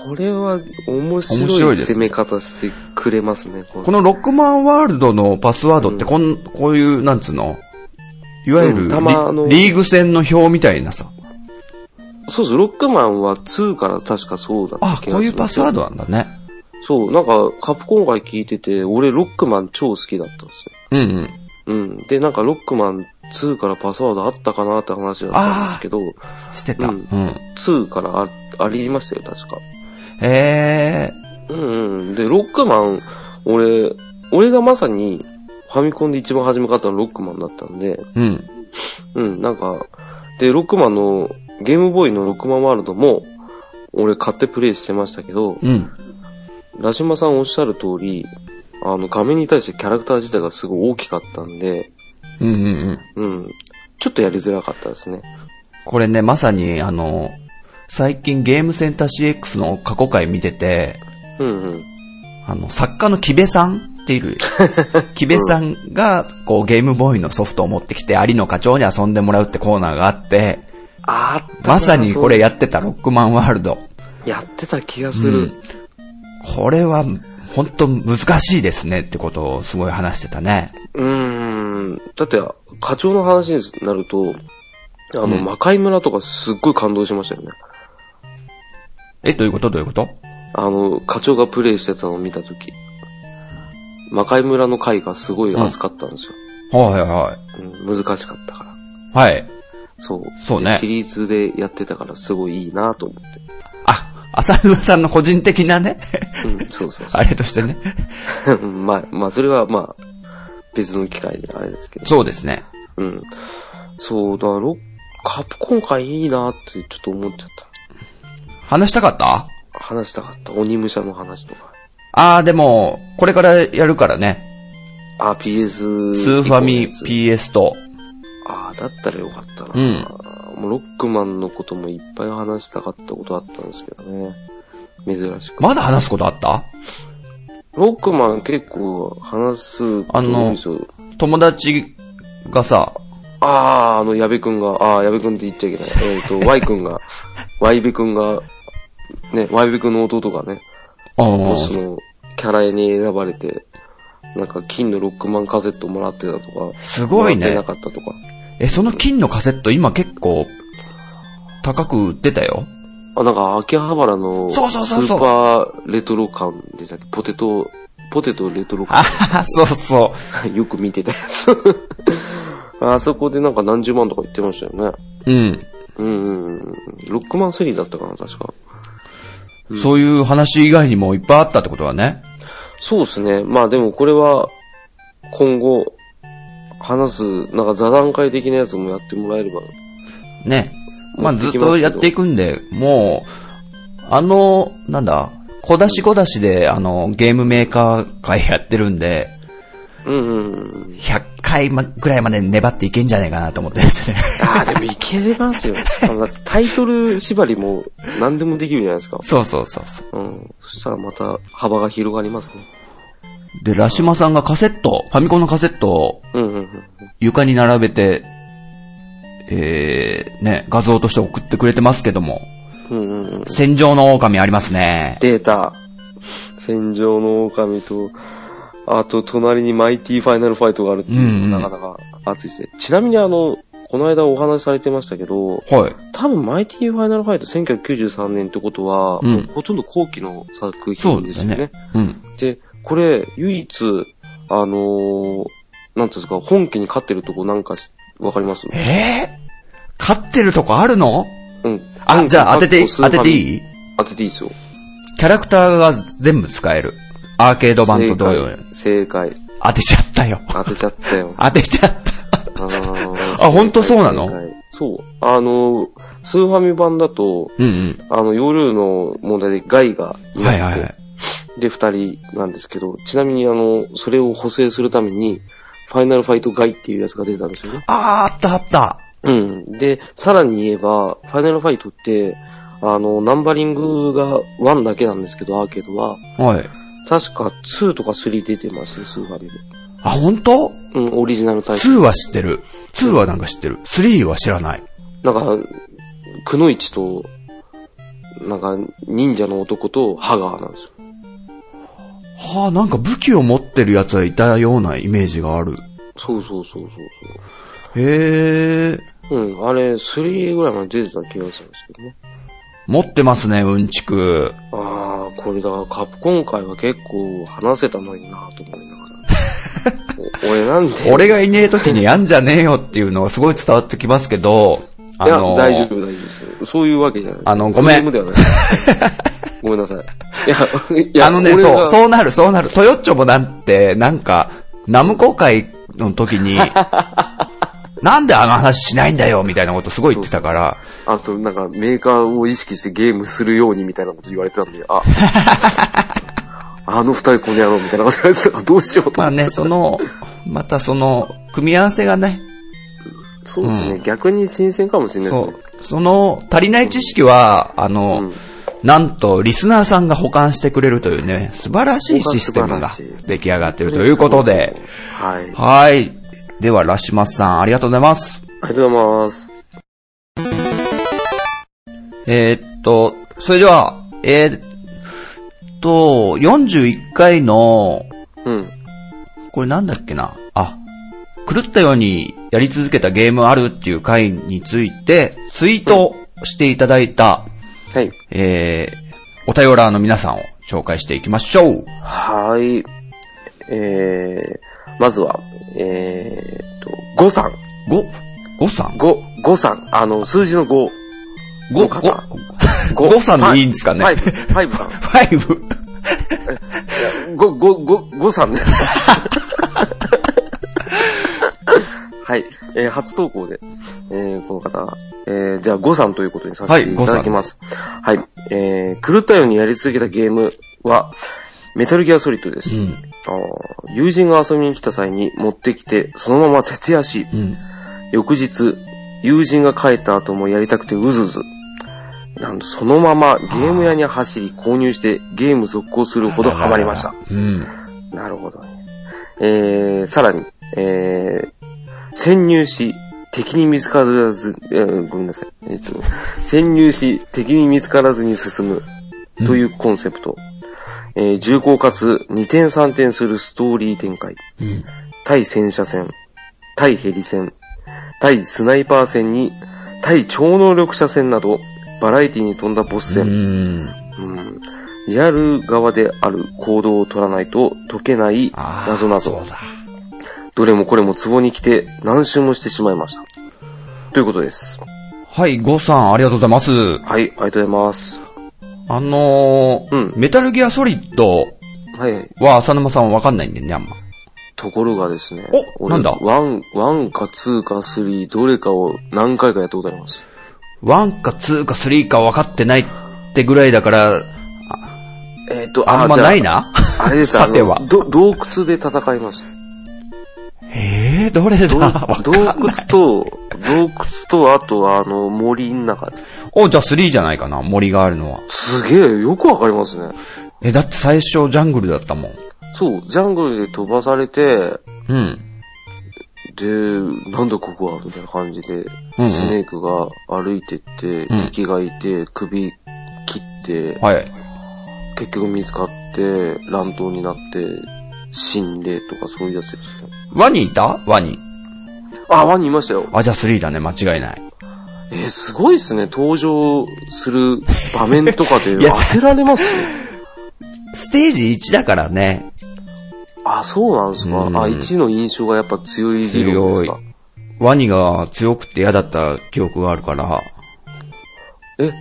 Speaker 3: これは面
Speaker 2: 面白
Speaker 3: 白
Speaker 2: い
Speaker 3: い
Speaker 2: ですね
Speaker 3: 攻め方してくれますね。こ
Speaker 2: このロックマンワールドのパスワードってこん、こういう、なんつうのいわゆる
Speaker 3: うん
Speaker 2: リ、
Speaker 3: たまあの
Speaker 2: リーグ戦の表みたいなさ。
Speaker 3: そうです。ロックマンは2から確かそうだった
Speaker 2: あ、
Speaker 3: 気が
Speaker 2: こういうパスワー
Speaker 3: ド
Speaker 2: ドなんだね。
Speaker 3: そう、なんかカプコン会聞いてて、俺ロックマン超好きだったんですよ。
Speaker 2: うんうん。
Speaker 3: うん。で、なんかロックマン2からパスワードあったかなって話だったんですけど、
Speaker 2: してた。う
Speaker 3: うんん。2からあありましたよ、確か。
Speaker 2: えー、
Speaker 3: うんうん。で、ロックマン、俺、俺がまさに、ファミコンで一番初め買ったのロックマンだったんで、
Speaker 2: うん。
Speaker 3: うん、なんか、で、ロックマンの、ゲームボーイのロックマンワールドも、俺買ってプレイしてましたけど、
Speaker 2: うん。
Speaker 3: ラジマさんおっしゃる通り、あの、画面に対してキャラクター自体がすごい大きかったんで、
Speaker 2: うんうんうん。
Speaker 3: うん、ちょっとやりづらかったですね。
Speaker 2: これね、まさに、あの、最近ゲームセンター CX の過去回見てて、
Speaker 3: うんうん。
Speaker 2: あの、作家の木部さんって いる。木部さんが、こう、ゲームボーイのソフトを持ってきて、有野課長に遊んでもらうってコーナーがあって、
Speaker 3: あーあったな
Speaker 2: まさにこれ
Speaker 3: そう
Speaker 2: やってたロックマンワールド。
Speaker 3: やってた気がする。
Speaker 2: うんこれは、本当難しいですねってことをすごい話してたね。
Speaker 3: うーん。だって、課長の話になると、あの、
Speaker 2: うん
Speaker 3: 魔界村とかすっごい感動しましたよね。
Speaker 2: え、どういうことどういうこと
Speaker 3: あの、課長がプレイしてたのを見たとき。魔界村の回がすごい熱かったんですよ。
Speaker 2: はいは
Speaker 3: うん難しかったから。
Speaker 2: い。はい。
Speaker 3: そう。
Speaker 2: そうね
Speaker 3: シリーズでやってたからすごいいいなと思っ
Speaker 2: あ、浅沼さんの個人的なね、
Speaker 3: て。うん、そうそう そ
Speaker 2: あれとしてね。
Speaker 3: う。うん まあ、まあ、それはまあ、別の機会であれですけど。
Speaker 2: そうですね。
Speaker 3: うん。そう、だからロ、カプコン回いいなってちょっと思っちゃった。
Speaker 2: 話したかった
Speaker 3: 話したかった。鬼武者の話とか。
Speaker 2: あー、でも、これからやるからね。
Speaker 3: あ、PS。
Speaker 2: スーファミ、。PS と。
Speaker 3: ああ、だったらよかったな。
Speaker 2: うん
Speaker 3: もうロックマンのこともいっぱい話したかったことあったんですけどね。珍しく。
Speaker 2: まだ話すことあった
Speaker 3: ロックマン結構話すこと多いですよ。
Speaker 2: 友達がさ、
Speaker 3: ああ、あの、矢部くんが、ああ、矢部くんって言っちゃいけない。え っ、と、Y くんが、Y 部くんが、ね、Y 部くんの弟がね、
Speaker 2: あ
Speaker 3: ボス
Speaker 2: ー
Speaker 3: のキャラに選ばれて、なんか金のロックマンカセットもらってたとか、
Speaker 2: すごい
Speaker 3: も
Speaker 2: ね
Speaker 3: らって。なかったとか。
Speaker 2: え、その金のカセット今結構、高く売ってたよ。
Speaker 3: あ、なんか、秋葉原の、ス
Speaker 2: そうそうそうそう
Speaker 3: ーパーレトロ感でしたっけポテト、ポテトレトロ
Speaker 2: あ
Speaker 3: 感。
Speaker 2: ははそうそ
Speaker 3: よく見てたやつ。 あそこでなんか何十万とか言ってましたよね。
Speaker 2: う。うん。
Speaker 3: うんうんうん。ロックマン3だったかな、確か。
Speaker 2: そういう話以外にもいっぱいあったってことはね。
Speaker 3: そうですね。まあでもこれは、今後、話す、なんか座談会的なやつもやってもらえれば。
Speaker 2: ね。まあ
Speaker 3: 持って
Speaker 2: ずっ
Speaker 3: きますけど
Speaker 2: とやっていくんで、もう、あの、なんだ、小出し小出しで、あの、ゲームメーカー会やってるんで、
Speaker 3: うんうん うん。
Speaker 2: 100回まぐらいまで粘っていけんじゃないかなと思って ですね。
Speaker 3: ああ、でもいけますよ。しかもだってタイトル縛りも何でもできるじゃないですか。
Speaker 2: そうそうそうそう。
Speaker 3: うん。そしたらまた幅が広がりますね。
Speaker 2: で、ラシマさんがカセット、ファミコンのカセットを
Speaker 3: うんうんうん。
Speaker 2: 床に並べて、えー、ね、画像として送ってくれてますけども、
Speaker 3: うんうんうん。
Speaker 2: 戦場の狼ありますね。
Speaker 3: データ。戦場の狼と、あと隣にマイティファイナルファイトがあるっていう
Speaker 2: うんうん
Speaker 3: のもなかなか熱いですね。ちなみにあの、この間お話しされてましたけ
Speaker 2: は
Speaker 3: ど、
Speaker 2: い。
Speaker 3: 多分マイティファイナルファイト1993年ってことは、
Speaker 2: うん
Speaker 3: もうほとんど後期の作品ですよ
Speaker 2: そうだ
Speaker 3: ね。
Speaker 2: うん。
Speaker 3: で、これ、唯一、あのーなんていうんですか、本家に勝ってるとこなんかしわかります
Speaker 2: ええ勝ってるとこあるの
Speaker 3: うん。
Speaker 2: あ、じゃあ当てて、
Speaker 3: スーフ
Speaker 2: 当
Speaker 3: ァミ
Speaker 2: てていい
Speaker 3: 当てていいですよ。
Speaker 2: キャラクターが全部使える。アーケード版と同様に。
Speaker 3: 正解。正解
Speaker 2: 当てちゃったよ。。
Speaker 3: 当てちゃったよ
Speaker 2: 当てちゃった。
Speaker 3: あ
Speaker 2: あほんとそうなの
Speaker 3: そう。あのー、スーファミ版だと、
Speaker 2: うんうん。
Speaker 3: あの、容量の問題でガイがいな
Speaker 2: はい
Speaker 3: くて、
Speaker 2: はいはい。
Speaker 3: で、二人なんですけど、ちなみにあの、それを補正するために、ファイナルファイトガイっていうやつが出たんですよね。
Speaker 2: あー、あったあった。
Speaker 3: うん。で、さらに言えば、ファイナルファイトって、あの、ナンバリングが1だけなんですけど、アーケードは。
Speaker 2: はい。
Speaker 3: 確か2とか3出てますね、スーファミで。
Speaker 2: あ、本当
Speaker 3: うん、オリジナルタイトル。
Speaker 2: ?2 は知ってる。2はなんか知ってる。3は知らない。
Speaker 3: なんか、くのいちと、なんか、忍者の男とハガーなんですよ。
Speaker 2: はあ、なんか武器を持ってる奴はいたようなイメージがある。
Speaker 3: そうそうそうそう
Speaker 2: へえ。
Speaker 3: そう。うん、あれ、3ぐらいまで出てた気がするんですけどね。
Speaker 2: 持ってますね、うんちく。
Speaker 3: ああ、これだからカプコン界は結構話せたのになと思いなが ら。お俺なんで。
Speaker 2: 俺
Speaker 3: い
Speaker 2: がいねえ時にやんじゃねえよっていうのがすごい伝わってきますけど、あ
Speaker 3: や、
Speaker 2: の、
Speaker 3: 大丈夫、大丈夫です。そういうわけじゃないです
Speaker 2: あのごめん
Speaker 3: クレームではない。ごめんなさい。いや、いや
Speaker 2: あのね、
Speaker 3: 俺
Speaker 2: そ
Speaker 3: が
Speaker 2: う、そうなる、そうなる。トヨッチョもなんて、なんか、ナムコ会の時に、 なんであの話しないんだよ、みたいなことすごい言ってたから、
Speaker 3: あと、なんか、メーカーを意識してゲームするようにみたいなこと言われてたんで、 あ、あの二人この野郎みたいなこと言われてたあどうしようと
Speaker 2: まあ
Speaker 3: 思って。
Speaker 2: ね、その、またその、組み合わせがね、
Speaker 3: そうですね、逆に新鮮かもしれないです
Speaker 2: そ
Speaker 3: ね。
Speaker 2: う、その、足りない知識は、あの、
Speaker 3: うん
Speaker 2: なんと、リスナーさんが保管してくれるというね、素晴らしいシステムが
Speaker 3: 素晴らしい
Speaker 2: 出来上がっているということで、
Speaker 3: はい。ありが
Speaker 2: はい。では、ラシマスさん、ありがとうございます。
Speaker 3: とうございます。
Speaker 2: えーっと、それでは、えーっと、41回の、
Speaker 3: うん。
Speaker 2: これなんだっけな、あ、狂ったようにやり続けたゲームあるっていう回について、ツイートしていただいた、
Speaker 3: はい。
Speaker 2: えー、お便らーの皆さんを紹介していきましょう。
Speaker 3: はい。えー、まずは、えーと、5さん。
Speaker 2: ご、ごさん
Speaker 3: 5、5さん。あの、数字の5。
Speaker 2: ご、
Speaker 3: ご
Speaker 2: ご、
Speaker 3: さん
Speaker 2: ごさんでいいんですかね
Speaker 3: ファイブ、ファイブさん。
Speaker 2: ファイブ。
Speaker 3: ご、ご、ご、ごさんです。はい。えー初投稿で、えーこの方は、えーじゃあ、ごさんということにさせていただきます。はい、えー狂ったようにやり続けたゲームは、メタルギアソリッドです。
Speaker 2: うん、
Speaker 3: あー友人が遊びに来た際に持ってきて、そのまま徹夜し、
Speaker 2: うん。
Speaker 3: 翌日、友人が帰った後もやりたくてうずうず。なんとそのままゲーム屋に走り購入してゲーム続行するほどハマりました。
Speaker 2: うん。
Speaker 3: なるほどね。えー、さらに、えー、潜入し、敵に見つからず、えーごめんなさい。えっ、と、潜入し、敵に見つからずに進む、というコンセプト。えー重厚かつ2点3点するストーリー展開。
Speaker 2: うん。
Speaker 3: 対戦車戦、対ヘリ戦、対スナイパー戦に、対超能力者戦など、バラエティに富んだボス
Speaker 2: う
Speaker 3: 戦。
Speaker 2: ん。
Speaker 3: うんリアル側である行動を取らないと解けない
Speaker 2: ああ、
Speaker 3: 謎な
Speaker 2: そ
Speaker 3: ど
Speaker 2: う、だ。
Speaker 3: どれもこれも壺に来て何周もしてしまいました。ということです。
Speaker 2: はい、ゴさん、ありがとうございます。
Speaker 3: はい、ありがとうございます。
Speaker 2: あのー
Speaker 3: うん
Speaker 2: メタルギアソリッド
Speaker 3: はい、
Speaker 2: は浅沼さんわかんないんでね、あんま。
Speaker 3: ところがですね、
Speaker 2: お
Speaker 3: 俺
Speaker 2: なんだ
Speaker 3: ワン、ワンかツーかスリー、どれかを何回かやったことあります。
Speaker 2: 1か2か3か分かってないってぐらいだから、
Speaker 3: えっ、と、
Speaker 2: あんま
Speaker 3: じゃ
Speaker 2: ないな。
Speaker 3: あれです、あ
Speaker 2: さては
Speaker 3: の、ど洞窟で戦いました。
Speaker 2: ええー、どれだ
Speaker 3: ど
Speaker 2: わかん
Speaker 3: 洞窟と、洞窟と、あとはあの、森の中です。
Speaker 2: お、じゃあ3じゃないかな、森があるのは。
Speaker 3: すげえ、よくわかりますね。
Speaker 2: え、だって最初ジャングルだったもん。
Speaker 3: そう、ジャングルで飛ばされて、
Speaker 2: うん。
Speaker 3: で、なんだここはみたいな感じで、
Speaker 2: うんうん
Speaker 3: スネークが歩いてって、
Speaker 2: うん
Speaker 3: 敵がいて、首切って、
Speaker 2: はい。
Speaker 3: 結局見つかって、乱闘になって、死んでとかそういうやつでした。
Speaker 2: ワニいたワニ。
Speaker 3: あ、ワニいましたよ。
Speaker 2: あ、じゃあ3だね、間違いない。
Speaker 3: えーすごいですね。登場する場面とかで
Speaker 2: いや
Speaker 3: 当てられますね。
Speaker 2: ステージ1だからね、
Speaker 3: あ、そうなんですか。
Speaker 2: うん
Speaker 3: あ、1の印象がやっぱ強い理論です
Speaker 2: 強い
Speaker 3: か。。
Speaker 2: ワニが強くて嫌だった記憶があるから、
Speaker 3: え、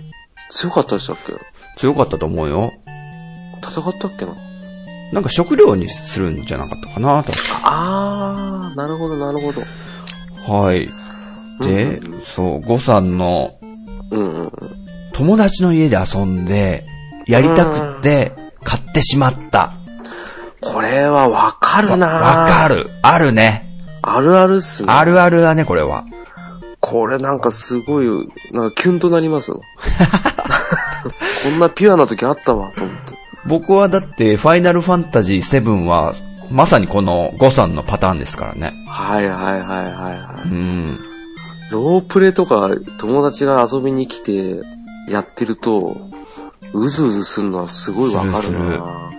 Speaker 3: 強かったでしたっけ
Speaker 2: 強かったと思うよ。
Speaker 3: 戦ったっけな
Speaker 2: なんか食料にするんじゃなかったかな、確か。
Speaker 3: あー、なるほど、なるほど。
Speaker 2: はい。で、そう、ゴさんの
Speaker 3: うんうんうん。
Speaker 2: 友達の家で遊んで、やりたくって、買ってしまった。
Speaker 3: これはわかる
Speaker 2: わ
Speaker 3: な
Speaker 2: わかる。あるね。
Speaker 3: あるあるっすね。
Speaker 2: あるあるだね、これは。
Speaker 3: これなんかすごい、なんかキュンとなりますよ。 こんなピュアな時あったわ、と思って。
Speaker 2: 僕はだって、ファイナルファンタジー7は、まさにこのゴさんのパターンですからね。
Speaker 3: はいはいはいはいは
Speaker 2: う
Speaker 3: い。
Speaker 2: ん。
Speaker 3: ロープレとか友達が遊びに来てやってると、うずうずするのはすごいわかる
Speaker 2: するする
Speaker 3: な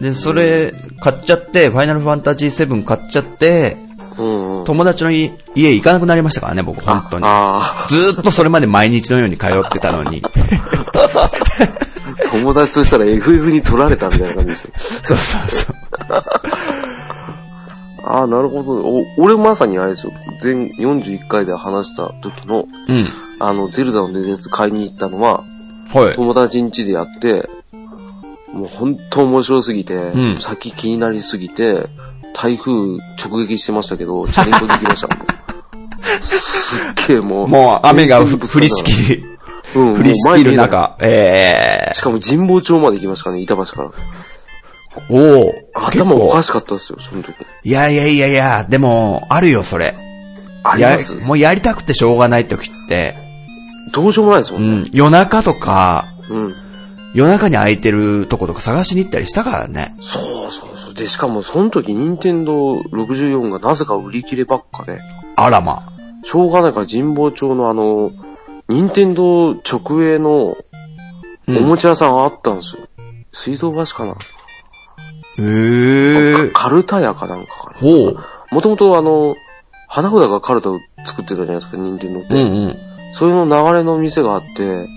Speaker 2: で、それ、買っちゃって、ファイナルファンタジー7買っちゃって、
Speaker 3: うんうん。
Speaker 2: 友達のい家行かなくなりましたからね、僕、本当に。
Speaker 3: あ
Speaker 2: ずーっとそれまで毎日のように通ってたの に。
Speaker 3: あ、友達としたら FF に取られたみたいな感じですよ。
Speaker 2: そうそうそう。
Speaker 3: ああ、なるほど。お俺まさにあれですよ。全41回で話した時の、
Speaker 2: うん。
Speaker 3: あの、ゼルダの伝説買いに行ったのは、
Speaker 2: はい。
Speaker 3: 友達ん家でやって、もう本当面白すぎて、
Speaker 2: うん
Speaker 3: 先気になりすぎて、台風直撃してましたけど、チャリンコで行きました もん。すっげえもう。
Speaker 2: もう雨がふ降りし
Speaker 3: る。
Speaker 2: きり、
Speaker 3: うん、
Speaker 2: 降りしきる
Speaker 3: もう前に出ない。
Speaker 2: 中、ええ
Speaker 3: しかも神保町まで行きましたからね、板橋から。
Speaker 2: ー、おお
Speaker 3: 頭おかしかったですよ、その時。
Speaker 2: いやいやいやいや、でも、あるよ、それ。
Speaker 3: あります
Speaker 2: やもうやりたくてしょうがない時って、
Speaker 3: どうしようもないですも
Speaker 2: うん
Speaker 3: ね。
Speaker 2: ん、夜中とか、
Speaker 3: うん。
Speaker 2: 夜中に空いてるとことか探しに行ったりしたからね。
Speaker 3: そうそうそう。で、しかもその時、任天堂64がなぜか売り切ればっかで、
Speaker 2: あらま。
Speaker 3: しょうがないから神保町のあの、任天堂直営
Speaker 2: う
Speaker 3: のお
Speaker 2: ん。
Speaker 3: もちゃ屋さんあったんですよ。水道橋かな、
Speaker 2: へー。
Speaker 3: カルタ屋かなんかかな。
Speaker 2: ほう。
Speaker 3: もともとあの、花札がカルタを作ってたじゃないですか、任天堂っ
Speaker 2: う
Speaker 3: て。
Speaker 2: んうん。
Speaker 3: そういうの流れの店があって、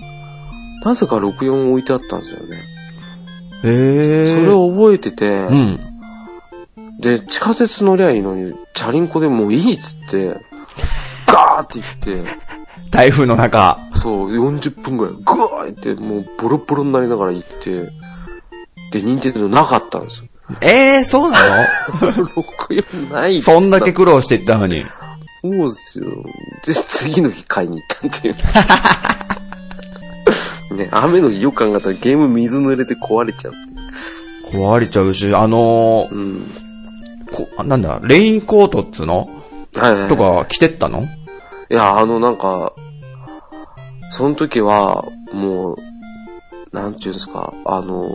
Speaker 3: なぜか64置いてあったんですよね。
Speaker 2: へー。
Speaker 3: それを覚えてて、
Speaker 2: うん。
Speaker 3: で、地下鉄乗りゃいいのに、チャリンコでもういいっつ って、ガーって行って、
Speaker 2: 台風の中。
Speaker 3: そう、40分ぐらい、ぐわーって、もうボロボロになりながら行って、で、任天堂なかったんですよ。
Speaker 2: ええー、そうな
Speaker 3: 64ない
Speaker 2: のそんだけ苦労していったのに。
Speaker 3: そうですよ。で、次の日買いに行ったっていう。ね、雨の日よく考えたらゲーム水濡れて壊れちゃうっていう。
Speaker 2: 壊れちゃうし、あのー
Speaker 3: うん。
Speaker 2: こ、なんだ、レインコートっつの
Speaker 3: はいはいはい。
Speaker 2: と。か着てったの
Speaker 3: いや、あのなんか、その時は、もう、なんちゅうんですか、あの、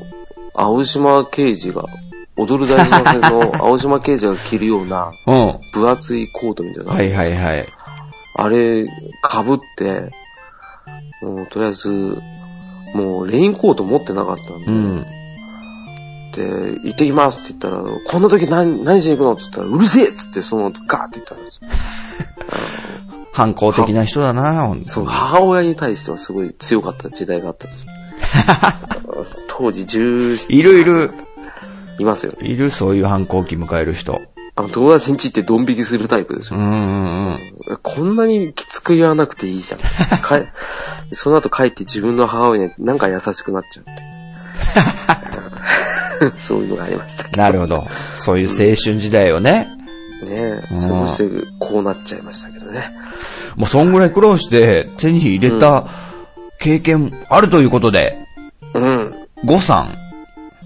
Speaker 3: 青島刑事が、踊る大捜査線の青島刑事が着るような
Speaker 2: うん。
Speaker 3: 分厚いコートみたいな。
Speaker 2: はいはいはい。
Speaker 3: あれ、被って、もうとりあえず、もうレインコート持ってなかったんで、
Speaker 2: うん。
Speaker 3: で、行ってきますって言ったら、こんな時何、何しに行くのって言ったら、うるせえっつって、その後ガーって言ったんですよ。
Speaker 2: 反抗的な人だな、ほんと
Speaker 3: そう、母親に対してはすごい強かった時代があったんです よ。当時17
Speaker 2: いるいる。
Speaker 3: いますよ。
Speaker 2: いる、そういう反抗期迎える人。
Speaker 3: あの、友達ん家行ってドン引きするタイプです
Speaker 2: う
Speaker 3: よ。
Speaker 2: んうんうん。
Speaker 3: こんなにきつく言わなくていいじ ゃん。かえその後帰って自分の母親になんか優しくなっちゃうっ ていう。そういうのがありましたけど。
Speaker 2: なるほど。そういう青春時代をね。う
Speaker 3: ねえ。
Speaker 2: ん
Speaker 3: そうして、こうなっちゃいましたけどね。
Speaker 2: もうそんぐらい苦労して手に入れた経験あるということで、
Speaker 3: うん。
Speaker 2: ゴさん。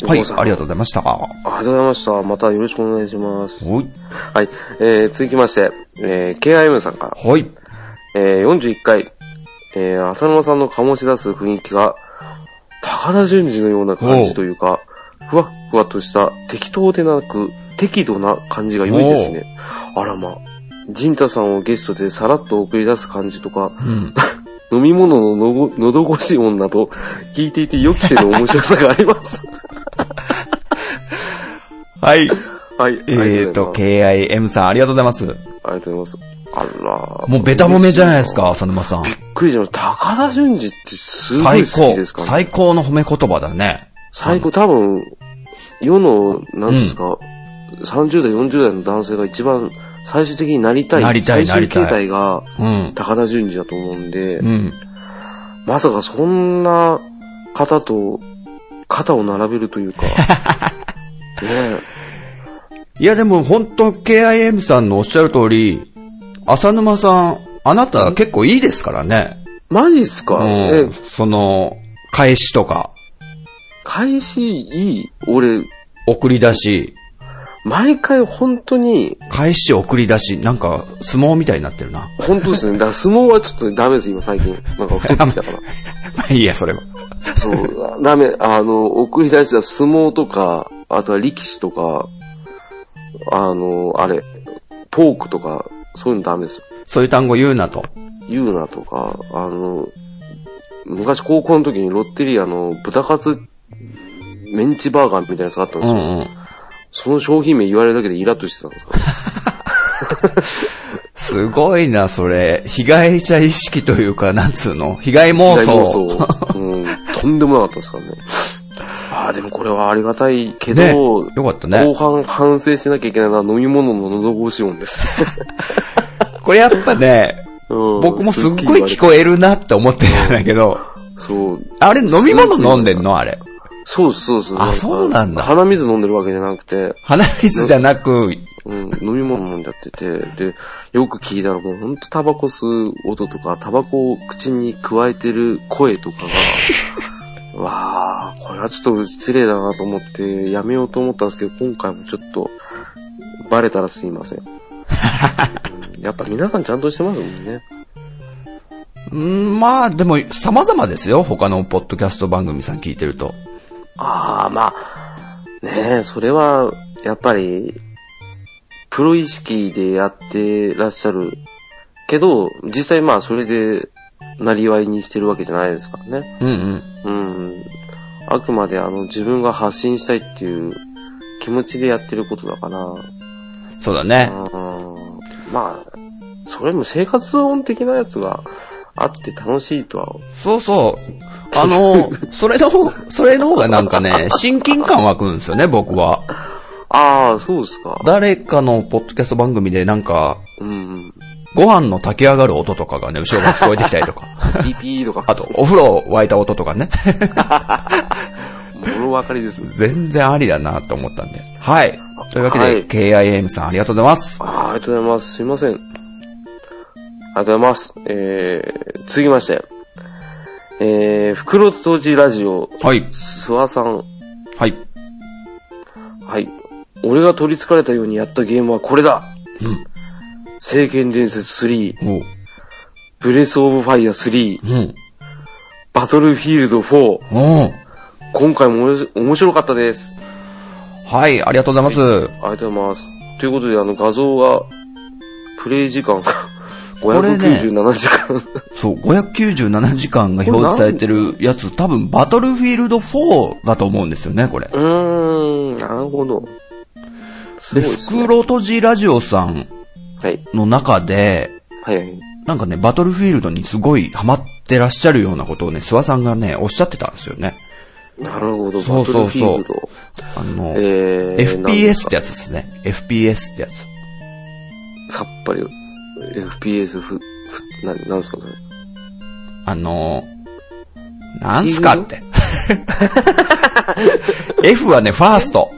Speaker 2: はい、
Speaker 3: ゴさん
Speaker 2: ありがとうございました。は
Speaker 3: ありがとうございました。またよろしくお願いします。
Speaker 2: い。
Speaker 3: はい。えー、続きまして、えー、KIM さんから、
Speaker 2: はい。
Speaker 3: えー、41回、えー、浅沼さんの醸し出す雰囲気が、高田純次のような感じというか、ふわっふわっとした適当でなく、適度な感じが良いですね。あらま。ジンタさんをゲストでさらっと送り出す感じとか、
Speaker 2: うん。
Speaker 3: 飲み物ののご喉越し女と聞いていて予期せぬ面白さがあ ります。
Speaker 2: はい。
Speaker 3: はい。
Speaker 2: えーと、
Speaker 3: あり
Speaker 2: KIM さん、ありがとうございます。
Speaker 3: がとうございます。ありがとうございます。あらー
Speaker 2: もうベタ褒めじゃないです。か、浅沼さん。
Speaker 3: びっくりじゃん。高田純次ってすごい
Speaker 2: 最
Speaker 3: 好きです
Speaker 2: 高。
Speaker 3: からね。
Speaker 2: 最高の褒め言葉だね。
Speaker 3: 最高。多分、世の、なんていうんですか、30代、40代の男性が一番最終的になりたい。
Speaker 2: なりたい
Speaker 3: 最終形
Speaker 2: なりた
Speaker 3: 態が
Speaker 2: うん。
Speaker 3: 高田純次だと思うんで、
Speaker 2: うん。
Speaker 3: まさかそんな方と肩を並べるとい うか。ねえ。
Speaker 2: いやでも本当 KIM さんのおっしゃる通り、浅沼さん、あなた結構いいですからね。
Speaker 3: マジっすか、
Speaker 2: う
Speaker 3: え
Speaker 2: ん。、その、返しとか、
Speaker 3: 返しいい俺、
Speaker 2: 送り出し、
Speaker 3: 毎回本当に、
Speaker 2: 返し送り出し、なんか相撲みたいになってるな。
Speaker 3: 本当ですね。だから相撲はちょっとダメです、今最近。なんか太ってきたから。
Speaker 2: まあいいや、それは。
Speaker 3: そう、ダメ、あの、送り出した相撲とか、あとは力士とか、あの、あれ、ポークとか、そういうのダメですよ。
Speaker 2: そういう単語言うなと。
Speaker 3: 言うなとか、あの、昔高校の時にロッテリアの豚カツメンチバーガーみたいなやつがあったんで
Speaker 2: う
Speaker 3: すよ。
Speaker 2: んうん。
Speaker 3: その商品名言われるだけでイラッとしてたんですから。
Speaker 2: すごいな、それ。被害者意識というか、なんつうの被害妄
Speaker 3: 大妄
Speaker 2: 想。
Speaker 3: 想。うん、とんでもなかったですからね。ああ、でもこれはありがたいけ
Speaker 2: ね。
Speaker 3: ど、
Speaker 2: よかった
Speaker 3: 後
Speaker 2: ね。
Speaker 3: 半反省しなきゃいけないのは飲み物の喉越し音です。
Speaker 2: これやっぱね、
Speaker 3: うん
Speaker 2: 僕もすっごい聞こえるなって思ってたんだけど、
Speaker 3: そう。
Speaker 2: あれ飲み物飲んでんのあれ。
Speaker 3: そうそうそう。
Speaker 2: あそうなんだ
Speaker 3: 鼻水飲んでるわけじゃなくて、
Speaker 2: 鼻水じゃなく、
Speaker 3: うん、飲み物飲んじゃってて、で、よく聞いたらもうほんとタバコ吸う音とか、タバコを口に加えてる声とか が、わあ、これはちょっと失礼だなと思って、やめようと思ったんですけど、今回もちょっと、バレたらす いません。うんやっぱ皆さんちゃんとしてますもんね。
Speaker 2: うんまあでも様々ですよ、他のポッドキャスト番組さん聞いてると。
Speaker 3: ああ、まあ、ねえ、それは、やっぱり、プロ意識でやってらっしゃるけど、実際まあそれで、なりわいにしてるわけじゃないですからね。
Speaker 2: うんうん。
Speaker 3: うん。あくまであの自分が発信したいっていう気持ちでやってることだから、う
Speaker 2: そうだね。
Speaker 3: ん。まあ、それも生活音的なやつがあって楽しいとは。
Speaker 2: そうそう。あ の、それの方、それの方がなんかね、親近感湧くんですよね、僕は。
Speaker 3: ああ、そうですか。
Speaker 2: 誰かのポッドキャスト番組でなんか、
Speaker 3: うんうん。
Speaker 2: ご飯の炊き上がる音とかがね、後ろから聞こえてきたりとか。
Speaker 3: ピーピーとか、
Speaker 2: あと、お風呂沸いた音とかね。
Speaker 3: もろ分かりですね
Speaker 2: 全然ありだなと思ったんで。はい。というわけで、
Speaker 3: はい
Speaker 2: KIM さんありがとうございます。
Speaker 3: あーありがとうございます。すいません。ありがとうございます。えー、続きまして。えー、袋とじラジオ、
Speaker 2: はい。
Speaker 3: 諏訪さん。
Speaker 2: はい。
Speaker 3: はい。俺が取り憑かれたようにやったゲームはこれだ
Speaker 2: うん。
Speaker 3: 聖剣伝説3、
Speaker 2: おう。
Speaker 3: ブレスオブファイア3、
Speaker 2: うん。
Speaker 3: バトルフィールド4。
Speaker 2: うん。
Speaker 3: 今回もおもし面白かったです。
Speaker 2: はい、ありがとうございます。
Speaker 3: ありがとうございます。ということで、あの画像が、プレイ時間が
Speaker 2: れね
Speaker 3: 597時間。
Speaker 2: そう、597時間が表示されてるやつ、多分バトルフィールド4だと思うんですよね、これ。
Speaker 3: うーん、なるほど。す
Speaker 2: で、
Speaker 3: ごいです
Speaker 2: 袋
Speaker 3: ね。
Speaker 2: とじラジオさん
Speaker 3: はい。
Speaker 2: の中で、
Speaker 3: はいはい。
Speaker 2: なんかね、バトルフィールドにすごいハマってらっしゃるようなことをね、諏訪さんがね、おっしゃってたんですよね。
Speaker 3: なるほど、
Speaker 2: そうそうそう
Speaker 3: バトルフィールド
Speaker 2: あの、
Speaker 3: えー、なんです
Speaker 2: FPS っ
Speaker 3: か
Speaker 2: てやつですね。FPS ってやつ。
Speaker 3: さっぱり、FPS ふ、ふ、な、なんすかそれ。
Speaker 2: あのー、なんすかって。F はね、ファースト。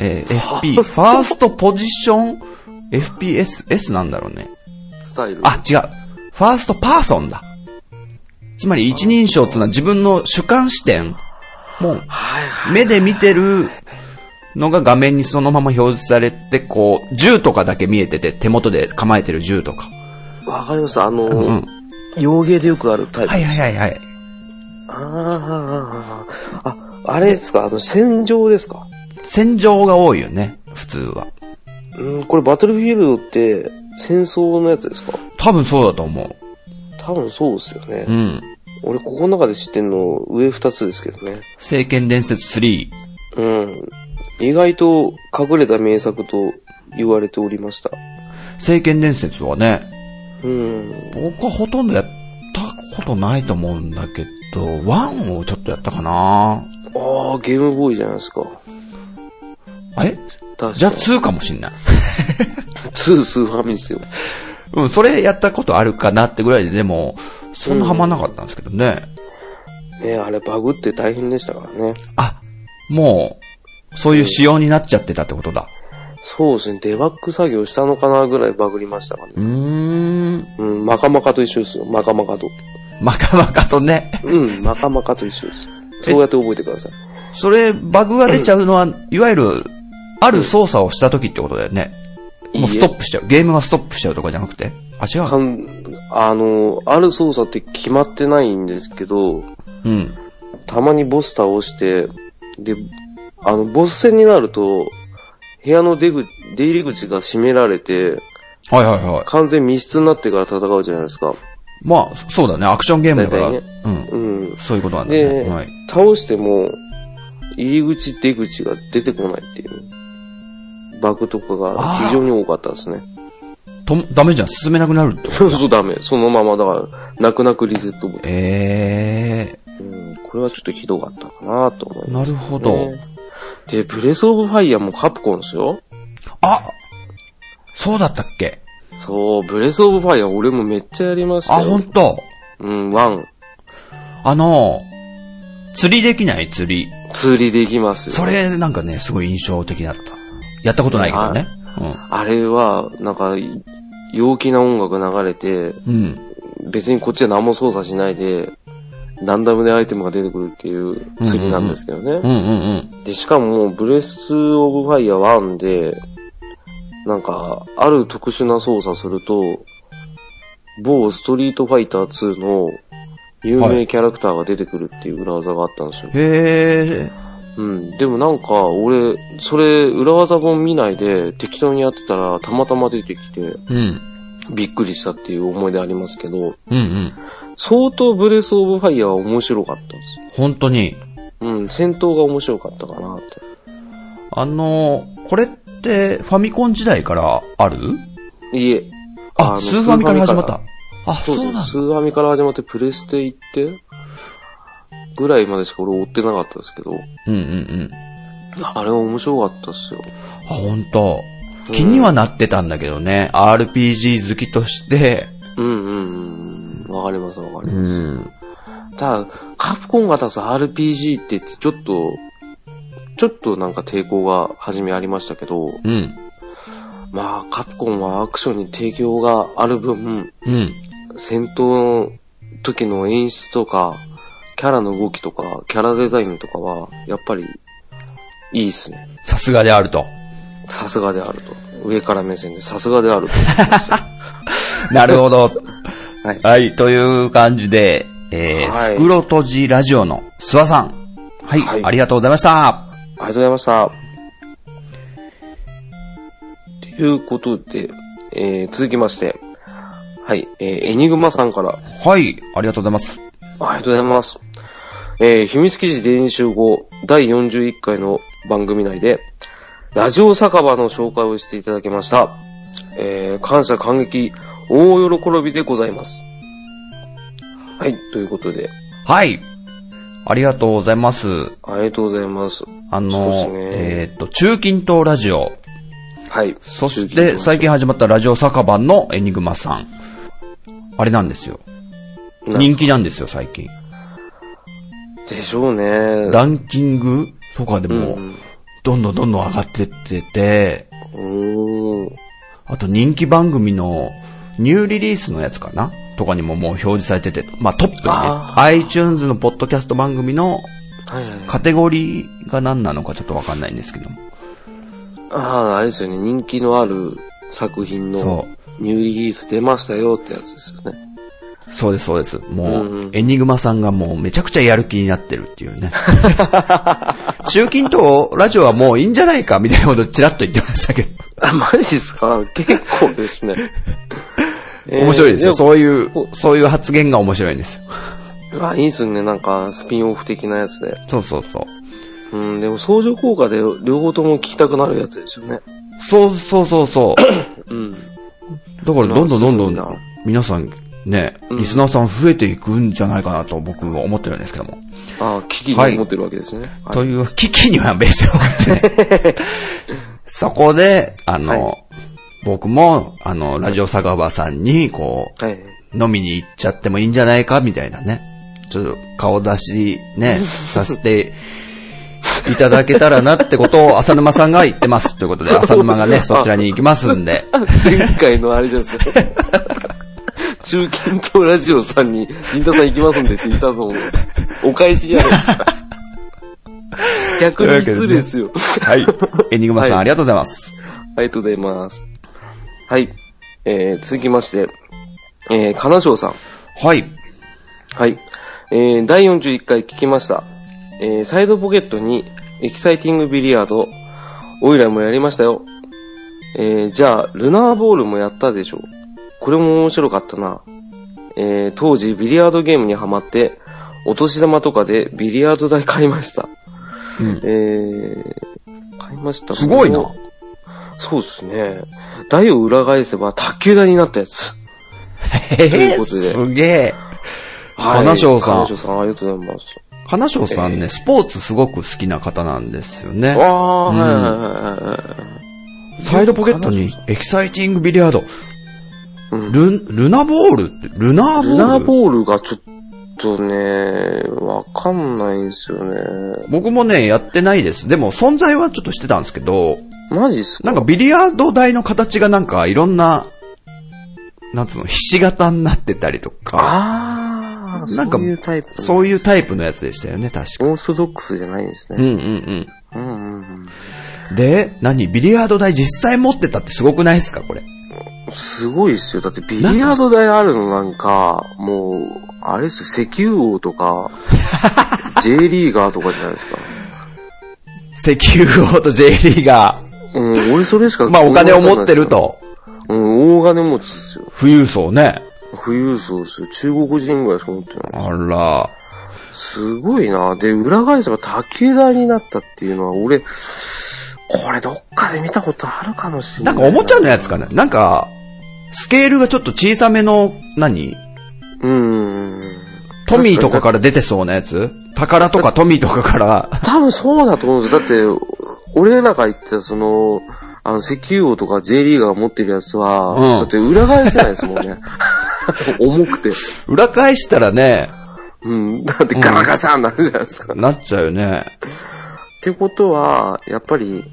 Speaker 2: えー FP、ファーストポジション、FPS、S なんだろうね。
Speaker 3: スタイル。
Speaker 2: あ、違う。ファーストパーソンだ。つまり一人称っていうのは自分の主観視点。もう、
Speaker 3: はいはい。
Speaker 2: 目で見てるのが画面にそのまま表示されて、こう、銃とかだけ見えてて、手元で構えてる銃とか。
Speaker 3: わかりました。あの、
Speaker 2: うんうん
Speaker 3: 洋芸でよくあるタイプ。
Speaker 2: はいはいはいはい。
Speaker 3: あーあ、あれですかあの、戦場ですか
Speaker 2: 戦場が多いよね、普通は。
Speaker 3: うん、これバトルフィールドって、戦争のやつですか
Speaker 2: 多分そうだと思う。
Speaker 3: 多分そうですよね。
Speaker 2: うん。
Speaker 3: 俺、ここの中で知ってんの、上二つですけどね。
Speaker 2: 聖剣伝説3。
Speaker 3: うん。意外と隠れた名作と言われておりました。
Speaker 2: 聖剣伝説はね、
Speaker 3: うん。
Speaker 2: 僕はほとんどやったことないと思うんだけど、1をちょっとやったかな
Speaker 3: ああ、ゲームボーイじゃないですか。
Speaker 2: え
Speaker 3: 確かに。
Speaker 2: じゃあ2かもしんない。
Speaker 3: 2スーファミですよ。
Speaker 2: うん、それやったことあるかなってぐらいで、でも、そんなハマんなかったんですけどね。
Speaker 3: ねあれバグって大変でしたからね。
Speaker 2: あ、もう、そういう仕様になっちゃってたってことだ。
Speaker 3: そうですね、デバッグ作業したのかなぐらいバグりましたから
Speaker 2: うー
Speaker 3: ね。
Speaker 2: ん。
Speaker 3: うん、マカマカと一緒ですよ、マカマカと。
Speaker 2: まかまかとね。
Speaker 3: うん、マカマカと一緒です。そうやって覚えてください。
Speaker 2: それ、バグが出ちゃうのは、いわゆる、ある操作をした時ってことだよね。もうストップしちゃう。ゲームがストップしちゃうとかじゃなくて。あ、違
Speaker 3: か
Speaker 2: う。
Speaker 3: んあの、ある操作って決まってないんですけど、
Speaker 2: うん。
Speaker 3: たまにボス倒して、で、あの、ボス戦になると、部屋の出口、出入り口が閉められて、
Speaker 2: はいはいはい。
Speaker 3: 完全密室になってから戦うじゃないですか。
Speaker 2: まあ、そうだね。アクションゲームだから。
Speaker 3: 大体
Speaker 2: うん。
Speaker 3: うん。
Speaker 2: そういうことなんだね。
Speaker 3: で、
Speaker 2: はい。
Speaker 3: 倒しても、入り口、出口が出てこないっていう。バグとかが非常に多かったですね。
Speaker 2: とも、ダメじゃん。進めなくなるってこと。
Speaker 3: そうそうダメ。そのままだから、泣く泣くリセットボタン。
Speaker 2: え
Speaker 3: うん、これはちょっとひどかったかなと思い
Speaker 2: ー、
Speaker 3: ま
Speaker 2: な
Speaker 3: す、
Speaker 2: るほど。
Speaker 3: ねで、ブレスオブファイヤーもカプコンですよ。
Speaker 2: あそうだったっけ
Speaker 3: そう、ブレスオブファイヤー俺もめっちゃやりました
Speaker 2: あ、
Speaker 3: よ。
Speaker 2: ほんと
Speaker 3: うん、ワン。
Speaker 2: あの、釣りできない釣り。
Speaker 3: 釣りできますよ。
Speaker 2: それ、なんかね、すごい印象的だった。やったことないけどね。
Speaker 3: あれは、なんか、陽気な音楽流れて、
Speaker 2: うん。うん。
Speaker 3: 別にこっちは何も操作しないで、ランダムでアイテムが出てくるっていう釣りなんですけどね。
Speaker 2: うんうんうん。
Speaker 3: で、しかも、ブレスオブファイヤー1で、なんか、ある特殊な操作すると、某ストリートファイター2の有名キャラクターが出てくるっていう裏技があったんですよ。
Speaker 2: へえ。
Speaker 3: うん。でもなんか、俺、それ、裏技本見ないで適当にやってたら、たまたま出てきて、
Speaker 2: うん。
Speaker 3: びっくりしたっていう思い出ありますけど、
Speaker 2: うんうん。
Speaker 3: 相当ブレスオブファイヤーは面白かったんですよ。
Speaker 2: 本当に。
Speaker 3: うん、戦闘が面白かったかなって。
Speaker 2: あの、これって、ファミコン時代からある
Speaker 3: いえ、
Speaker 2: あ、
Speaker 3: あの
Speaker 2: スーファミから
Speaker 3: ス
Speaker 2: 始
Speaker 3: ーファミから
Speaker 2: まった。あ、そ
Speaker 3: そ
Speaker 2: うう
Speaker 3: で
Speaker 2: なんだ
Speaker 3: す。。スーファミから始まってプレステ行って、ぐらいまでしか俺追ってなかったですけど、
Speaker 2: うんうんうん。
Speaker 3: あれは面白かったっすよ。
Speaker 2: あ、本当気にはなってたんだけどね。RPG 好きとして。
Speaker 3: うんうんうん。わかりますわかり
Speaker 2: う
Speaker 3: ます。
Speaker 2: ん。
Speaker 3: ただ、カプコンが出す RPG って言ってちょっと、ちょっとなんか抵抗が初めありましたけど、
Speaker 2: うん。
Speaker 3: まあカプコンはアクションに提供がある分、
Speaker 2: うん。
Speaker 3: 戦闘の時の演出とか、キャラの動きとか、キャラデザインとかは、やっぱり、いいっすね。
Speaker 2: さすがである と。
Speaker 3: さすがであると。上から目線で、さすがであると。
Speaker 2: なるほど。は
Speaker 3: はいい。
Speaker 2: という感じで、えー、
Speaker 3: はい
Speaker 2: 袋とじラジオの諏訪さん。はい、
Speaker 3: はい
Speaker 2: ありがとうございました。
Speaker 3: ありがとうございました。ということで、えー、続きまして、はい、えー、エニグマさんから、
Speaker 2: はい、ありがとうございます。
Speaker 3: ありがとうございます。えー、秘密基地伝集後、第41回の番組内で、ラジオ酒場の紹介をしていただきました。えー、感謝感激、大喜びでございます。はい、ということで、
Speaker 2: はい、ありがとうございます。
Speaker 3: ありがとうございます。
Speaker 2: あ
Speaker 3: そう
Speaker 2: の、
Speaker 3: ですね
Speaker 2: えーっと、中近東ラジオ、
Speaker 3: はい。
Speaker 2: そし
Speaker 3: 中継
Speaker 2: て最近始まったラジオ酒場のエニグマさん。あれなんですよ。
Speaker 3: な
Speaker 2: 人気なんですよ、最近。
Speaker 3: でしょうね。
Speaker 2: ランキングとかで
Speaker 3: う
Speaker 2: も、
Speaker 3: ん。
Speaker 2: どんどんどんどん上がってってて、
Speaker 3: おー
Speaker 2: あと人気番組のニューリリースのやつかなとかにももう表示されてて、まあトップにね
Speaker 3: あ、
Speaker 2: iTunes のポッドキャスト番組の
Speaker 3: はいはい。
Speaker 2: カテゴリーが何なのかちょっとわかんないんですけども。
Speaker 3: ああ、あれですよね。人気のある作品
Speaker 2: そ
Speaker 3: のニューリリース出ましたよってやつですよね。
Speaker 2: そうです、そうです。もう、
Speaker 3: うんうん
Speaker 2: エニグマさんがもうめちゃくちゃやる気になってるっていう ね。中近東ラジオはもういいんじゃないかみたいなことチラッと言ってましたけど。
Speaker 3: あ、マジっすか結構ですね。え ー
Speaker 2: 面白いですよ。
Speaker 3: でも
Speaker 2: そういう
Speaker 3: ほ、
Speaker 2: そういう発言が面白いんですよ。
Speaker 3: あ、いいっすね。なんか、スピンオフ的なやつで。
Speaker 2: そうそうそう。
Speaker 3: うん、でも相乗効果で両方とも聞きたくなるやつですよね。
Speaker 2: そうそうそうそう。
Speaker 3: うん。
Speaker 2: だからどんどんどんど
Speaker 3: まあそうだ
Speaker 2: ん、皆さん、ね、
Speaker 3: うん
Speaker 2: リスナーさん増えていくんじゃないかなと僕は思ってるんですけども。
Speaker 3: ああ、危機に思ってるわけですね。はい
Speaker 2: という、危機にはベースを持ってね。 そこで、あの、
Speaker 3: は
Speaker 2: 僕も、あの、ラジオ酒場さんに、こう、
Speaker 3: はい。
Speaker 2: 飲みに行っちゃってもいいんじゃないかみたいなね。ちょっと顔出しね、させていただけたらなってことを浅沼さんが言ってます。という ことで、浅沼がね、そちらに行きますんで。
Speaker 3: 前回のあれじゃないですか。中堅党ラジオさんに、陣田さん行きますんでって言ったの、お返しじゃないですか。逆に失礼ですよ。
Speaker 2: はい。エニグマさん、
Speaker 3: はい
Speaker 2: ありがとうございます。
Speaker 3: ありがとうございます。はい。えー、続きまして、えー、金賞さん。
Speaker 2: はい。
Speaker 3: はい。えー、第41回聞きました。えー、サイドポケットに、エキサイティングビリヤード、オイラもやりましたよ。えー、じゃあ、ルナーボールもやったでしょう。これも面白かったな。えー、当時ビリヤードゲームにハマって、お年玉とかでビリヤード台買いました。
Speaker 2: うん
Speaker 3: えー、買いました。
Speaker 2: すごいな。
Speaker 3: そうですね。台を裏返せば卓球台になったやつ。
Speaker 2: へ
Speaker 3: ということです
Speaker 2: げえ。金賞さ
Speaker 3: 金
Speaker 2: ん
Speaker 3: 賞。さん、ありがとうございます。
Speaker 2: 金賞さんね、スポーツすごく好きな方なんですよね。
Speaker 3: ああー、
Speaker 2: うん
Speaker 3: はいはいはいはいはい。
Speaker 2: サイドポケットにエキサイティングビリヤード。
Speaker 3: うん
Speaker 2: ル、ルナボールって、ルナーボール
Speaker 3: ルナーボールがちょっとね、わかんないんですよね。
Speaker 2: 僕もね、やってないです。でも、存在はちょっとしてたんですけど、
Speaker 3: マジっすか
Speaker 2: なんかビリヤード台の形がなんかいろんな、なんつうの、ひし形になってたりとか、
Speaker 3: ああ、
Speaker 2: なんか
Speaker 3: そういうタイプ。
Speaker 2: そういうタイプのやつでしたよね、確か。
Speaker 3: オーソドックスじゃないんです
Speaker 2: うん
Speaker 3: ね。
Speaker 2: うんうん。
Speaker 3: うんうん
Speaker 2: で、何ビリヤード台実際持ってたってすごくないですかこれ。
Speaker 3: うん。すごいっすよ。だってビリヤード台あるのなんか、もう、あれっすよ、石油王 とか、J リーガーとかじゃないですか。
Speaker 2: 石油王と J リーが、
Speaker 3: うん、俺それしか
Speaker 2: まあお金を持ってる。と、
Speaker 3: うん、大金持ちですよ。
Speaker 2: 富裕層ね。
Speaker 3: 富裕層ですよ。中国人ぐらいしか持ってない。
Speaker 2: あら、
Speaker 3: すごいな。で、裏返せば卓球台になったっていうのは、俺、これどっかで見たことあるかもしれ
Speaker 2: な
Speaker 3: ない。
Speaker 2: んかおもちゃのやつかななんか、スケールがちょっと小さめの、何
Speaker 3: うーん。
Speaker 2: トミーとかから出てそうなやつ宝とかトミーとかから、
Speaker 3: 多分そうだと思うんですよ。だって、俺らが言ってた、その、あの、石油王とか J リーガーが持ってるやつは、
Speaker 2: うん
Speaker 3: だって裏返せないですもんね。 重くて。
Speaker 2: 裏返したらね、
Speaker 3: うん。だってガラガシャンになるじゃないですか。っ
Speaker 2: なっちゃうよね。
Speaker 3: てことは、やっぱり、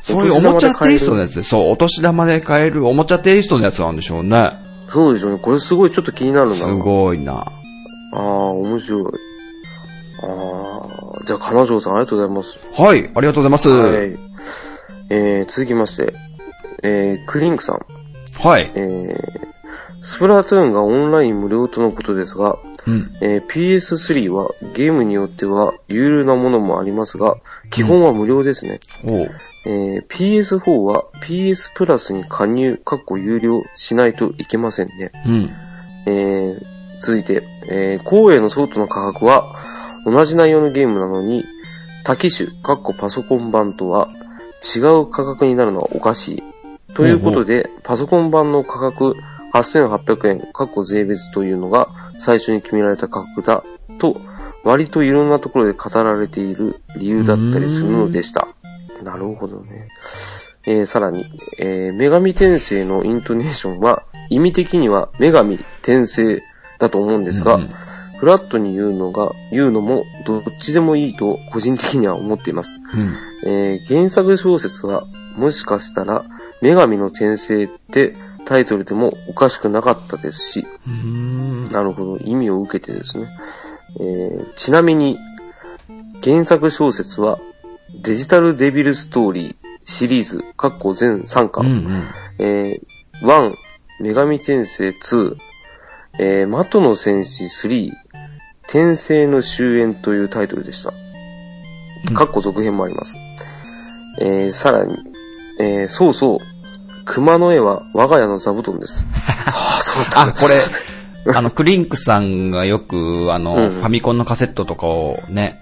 Speaker 2: そういうおもちゃテイストのやつで、そう、お年玉で買えるおもちゃテイストのやつなんでしょうね。
Speaker 3: そうでしょうね。これすごいちょっと気になるな。
Speaker 2: すごいな。
Speaker 3: ああ、面白い。ああ、じゃあ、金城さんありがとうございます。
Speaker 2: はい、ありがとうございます。
Speaker 3: は
Speaker 2: はい。
Speaker 3: い。えー、続きまして、えー、クリンクさん。えー、スプラトゥーンがオンライン無料とのことですが、
Speaker 2: うん。
Speaker 3: えー、PS3 はゲームによっては有料なものもありますが、基本は無料ですね。
Speaker 2: おう
Speaker 3: えー、PS4 は PS プラスに加入、かっこ有料しないといけませんね。
Speaker 2: うん。
Speaker 3: えー、続いて、えー、光栄のソフトの価格は、同じ内容のゲームなのに、多機種、かっこパソコン版とは違う価格になるのはおかしい。ということで、パソコン版の価格8800円、かっこ税別というのが最初に決められた価格だと、割といろんなところで語られている理由だったりするのでした。なるほどね。えーさらに、えー女神転生のイントネーションは、意味的には女神転生だと思うんですが、
Speaker 2: うん
Speaker 3: フラットに言うのが、言うのも、どっちでもいいと個人的には思っています。
Speaker 2: うん。
Speaker 3: えー原作小説は、もしかしたら、女神の転生ってタイトルでもおかしくなかったですし、
Speaker 2: うん。
Speaker 3: なるほど。意味を受けてですね。えーちなみに、原作小説は、デジタルデビルストーリーシリーズ、かっこ全3
Speaker 2: う
Speaker 3: 巻、
Speaker 2: ん。
Speaker 3: えー1、女神転生2、えー、マトの戦士3、転生の終焉というタイトルでした。
Speaker 2: うん
Speaker 3: かっこ続編もあります。えーさらに、えーそうそう、熊の絵は我が家の座布団です。ああ、そうだったん
Speaker 2: あ、
Speaker 3: だ
Speaker 2: これ、あの、クリンクさんがよく、あの、
Speaker 3: うん
Speaker 2: ファミコンのカセットとかをね、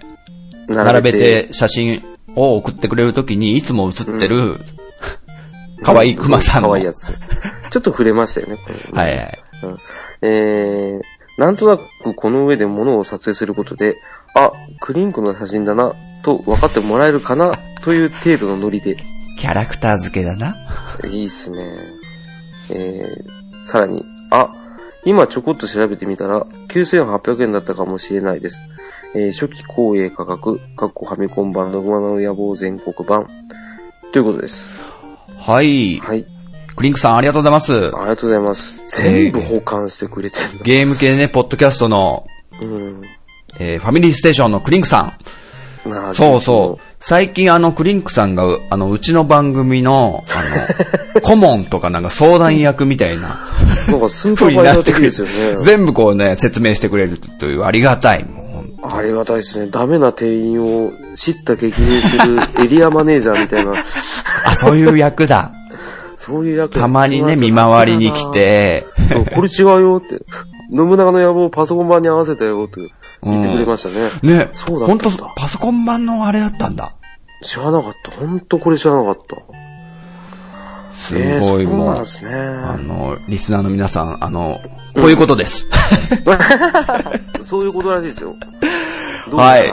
Speaker 2: 並べ。て写真を送ってくれるときに、いつも写ってる、可愛い熊さんの。
Speaker 3: 可愛いやつ。ちょっと触れましたよね、これ
Speaker 2: はいはい。
Speaker 3: うんえー、なんとなくこの上で物を撮影することで、あ、クリンクの写真だな、と分かってもらえるかな、という程度のノリで。
Speaker 2: キャラクター付けだな。
Speaker 3: いいっすね。えー、さらに、あ、今ちょこっと調べてみたら、9800円だったかもしれないです。えー、初期公営価格、かっこファミコン版、ドグマの野望全国版、ということです。
Speaker 2: はい。
Speaker 3: はい。
Speaker 2: クリンクさんありがとうございます
Speaker 3: あ。りがとうございます。全部保管してくれてんだ。
Speaker 2: ゲーム系ね、ポッドキャストの、
Speaker 3: うん。
Speaker 2: えーファミリーステーションのクリンクさん。
Speaker 3: なあ
Speaker 2: そうそう。最近あの、クリンクさんが、うあの、うちの番組の、 あの、顧問とかなんか相談役みたいな
Speaker 3: なんかスーパ
Speaker 2: 風
Speaker 3: ー
Speaker 2: に
Speaker 3: バイ
Speaker 2: な
Speaker 3: ヤー
Speaker 2: って
Speaker 3: 的
Speaker 2: くれ
Speaker 3: ですよ
Speaker 2: る
Speaker 3: ね。。
Speaker 2: 全部こうね、説明してくれるという、ありがたい。もうほん
Speaker 3: ありがたいですね。ダメな店員を叱咤激励するエリアマネージャーみたいな、
Speaker 2: あ、そういう役だ。
Speaker 3: そういう役
Speaker 2: たまにね、見回りに来。て、
Speaker 3: そう、これ違うよって。信長の野望をパソコン版に合わせたよって言ってくれましたね。
Speaker 2: ね、
Speaker 3: そうだった
Speaker 2: ほ
Speaker 3: ん
Speaker 2: ん
Speaker 3: だ
Speaker 2: と、パソコン版のあれだったんだ。
Speaker 3: 知らなかった。ほんとこれ知らなかった。
Speaker 2: すごい、
Speaker 3: えーそう
Speaker 2: も
Speaker 3: なん
Speaker 2: う
Speaker 3: で、すね。
Speaker 2: あの、リスナーの皆さん、あの、こういうことです。
Speaker 3: そういうことらしいですよ。どうや
Speaker 2: は
Speaker 3: ら
Speaker 2: い。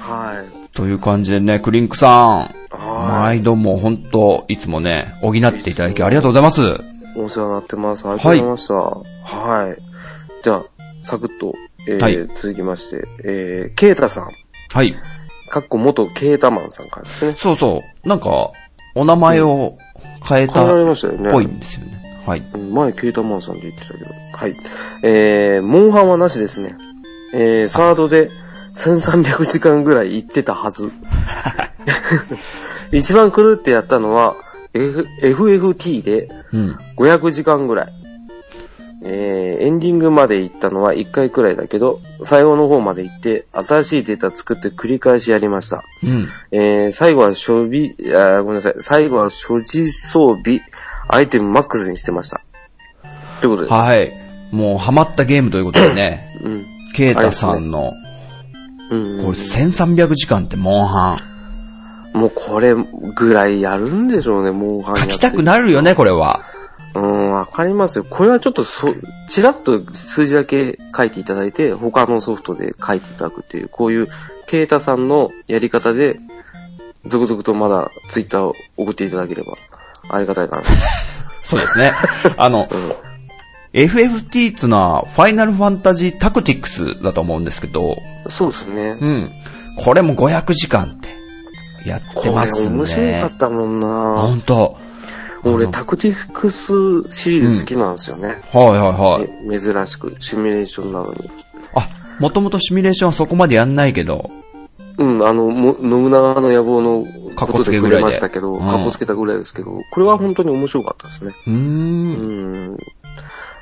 Speaker 3: はい。
Speaker 2: という感じでね、クリンクさん、
Speaker 3: は
Speaker 2: 毎度もう本当、いつもね、補っていただきありがとうございます。
Speaker 3: お世話になってます。ありがとうございました。はい。じゃあ、サクッと、えー
Speaker 2: はい
Speaker 3: 続きまして、えー、ケイタさん。
Speaker 2: はい。
Speaker 3: かっこ元ケータマンさんからですね。
Speaker 2: そうそう、なんか、お名前を変えた
Speaker 3: 変えられま
Speaker 2: っ
Speaker 3: したよね。
Speaker 2: ぽいんですよね。はい。
Speaker 3: うん前ケータマンさんで言ってたけど。はい。えー、モンハンはなしですね。えー、サードで1300時間ぐらい行ってた はず。 一番狂ってやったのは、F、FFT で
Speaker 2: うん。
Speaker 3: 500時間ぐらい。えー、エンディングまで行ったのは1回くらいだけど、最後の方まで行って、新しいデータ作って繰り返しやりました。
Speaker 2: うん。
Speaker 3: えー、最後は装備、あーごめんなさい、最後は所持装備、アイテムマックスにしてました。ということです。
Speaker 2: はい。もう、ハマったゲームということで ね、
Speaker 3: うん。
Speaker 2: ケイタさんの、
Speaker 3: うん、
Speaker 2: これ1300時間ってモンハン。
Speaker 3: もうこれぐらいやるんでしょうね、もう書
Speaker 2: 書きたくなるよね、これは。
Speaker 3: うん、わかりますよ。これはちょっとそ、ちらっと数字だけ書いていただいて、他のソフトで書いていただくっていう、こういう、ケイタさんのやり方で、続々とまだツイッターを送っていただければ、ありがたいかな。
Speaker 2: そうです ね。あの、FFT ってのは、ファイナルファンタジータクティクスだと思うんですけど、
Speaker 3: そうですね。
Speaker 2: うん。これも500時間って、やっ
Speaker 3: こ
Speaker 2: て
Speaker 3: れ
Speaker 2: ますね。
Speaker 3: 面白かったもんな
Speaker 2: 本当
Speaker 3: 俺、
Speaker 2: あの
Speaker 3: タクティクスシリーズ好きなんですよね。
Speaker 2: はいはいはい。
Speaker 3: え珍しく、シミュレーションなのに。
Speaker 2: あ、もともとシミュレーションはそこまでやんないけど、
Speaker 3: うん、あの、も信長の野望の
Speaker 2: かっ
Speaker 3: こ
Speaker 2: ことつけ
Speaker 3: で
Speaker 2: ぐ
Speaker 3: く
Speaker 2: らいで
Speaker 3: れましたけど、
Speaker 2: うん
Speaker 3: かっこつけたぐらいですけど、これは本当に面白かったですね。
Speaker 2: うー。
Speaker 3: うんん。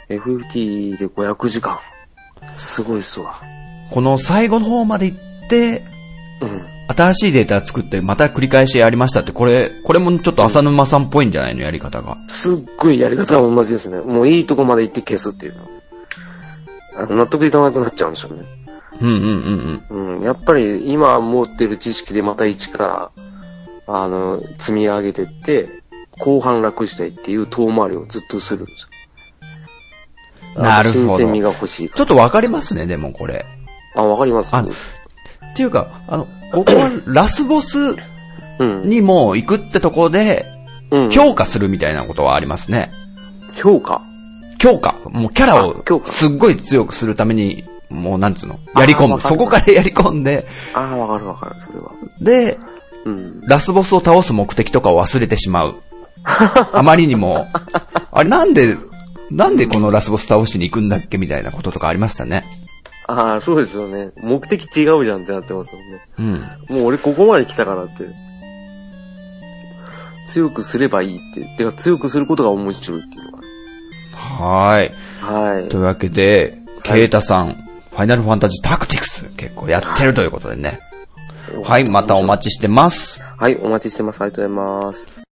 Speaker 3: FFT で500時間。すごいっすわ。
Speaker 2: この最後の方まで行って、
Speaker 3: うん。
Speaker 2: 新しいデータ作って、また繰り返しやりましたって、これ、これもちょっと浅沼さんっぽいんじゃないの、やり方が。
Speaker 3: すっごいやり方は同じですね。もういいとこまで行って消すっていうの。あの納得いかなくなっちゃうんですよね。
Speaker 2: うんうんうんうん。
Speaker 3: うん、やっぱり今持ってる知識でまた一から、あの、積み上げてって、後半楽したいっていう遠回りをずっとするんですよ。
Speaker 2: なるほど
Speaker 3: 新鮮味が欲しいか
Speaker 2: ちょっとわかりますね、でもこれ。
Speaker 3: ら。あ、わかります
Speaker 2: あっていうか、あの、ここはラスボス
Speaker 3: うん。
Speaker 2: にも行くってとこで、
Speaker 3: うん、
Speaker 2: 強化するみたいなことはありますね。
Speaker 3: 強化
Speaker 2: 強化。もうキャラ
Speaker 3: あ強
Speaker 2: を
Speaker 3: 化
Speaker 2: すっごい強くするために、もうなんつうの、やり込
Speaker 3: あーわ
Speaker 2: む。
Speaker 3: かる
Speaker 2: そこからやり込んで、
Speaker 3: ああ、わかるわかる、それは。
Speaker 2: で、
Speaker 3: うん。
Speaker 2: ラスボスを倒す目的とかを忘れてし まう。あまりにも、あれなんで、なんでこのラスボス倒しに行くんだっけみたいなこととかありましたね。
Speaker 3: ああ、そうですよね。目的違うじゃんってなってますよね。
Speaker 2: うん。
Speaker 3: もう俺ここまで来たからって。強くすればいいって。てか、強くすることが面白いっていうの
Speaker 2: はーい。
Speaker 3: が。はい。
Speaker 2: というわけで、ケイタさん、ファイナルファンタジータクティクス、結構やってるということでね。はい、またお待ちしてます。
Speaker 3: はい、お待ちしてます。ありがとうございます。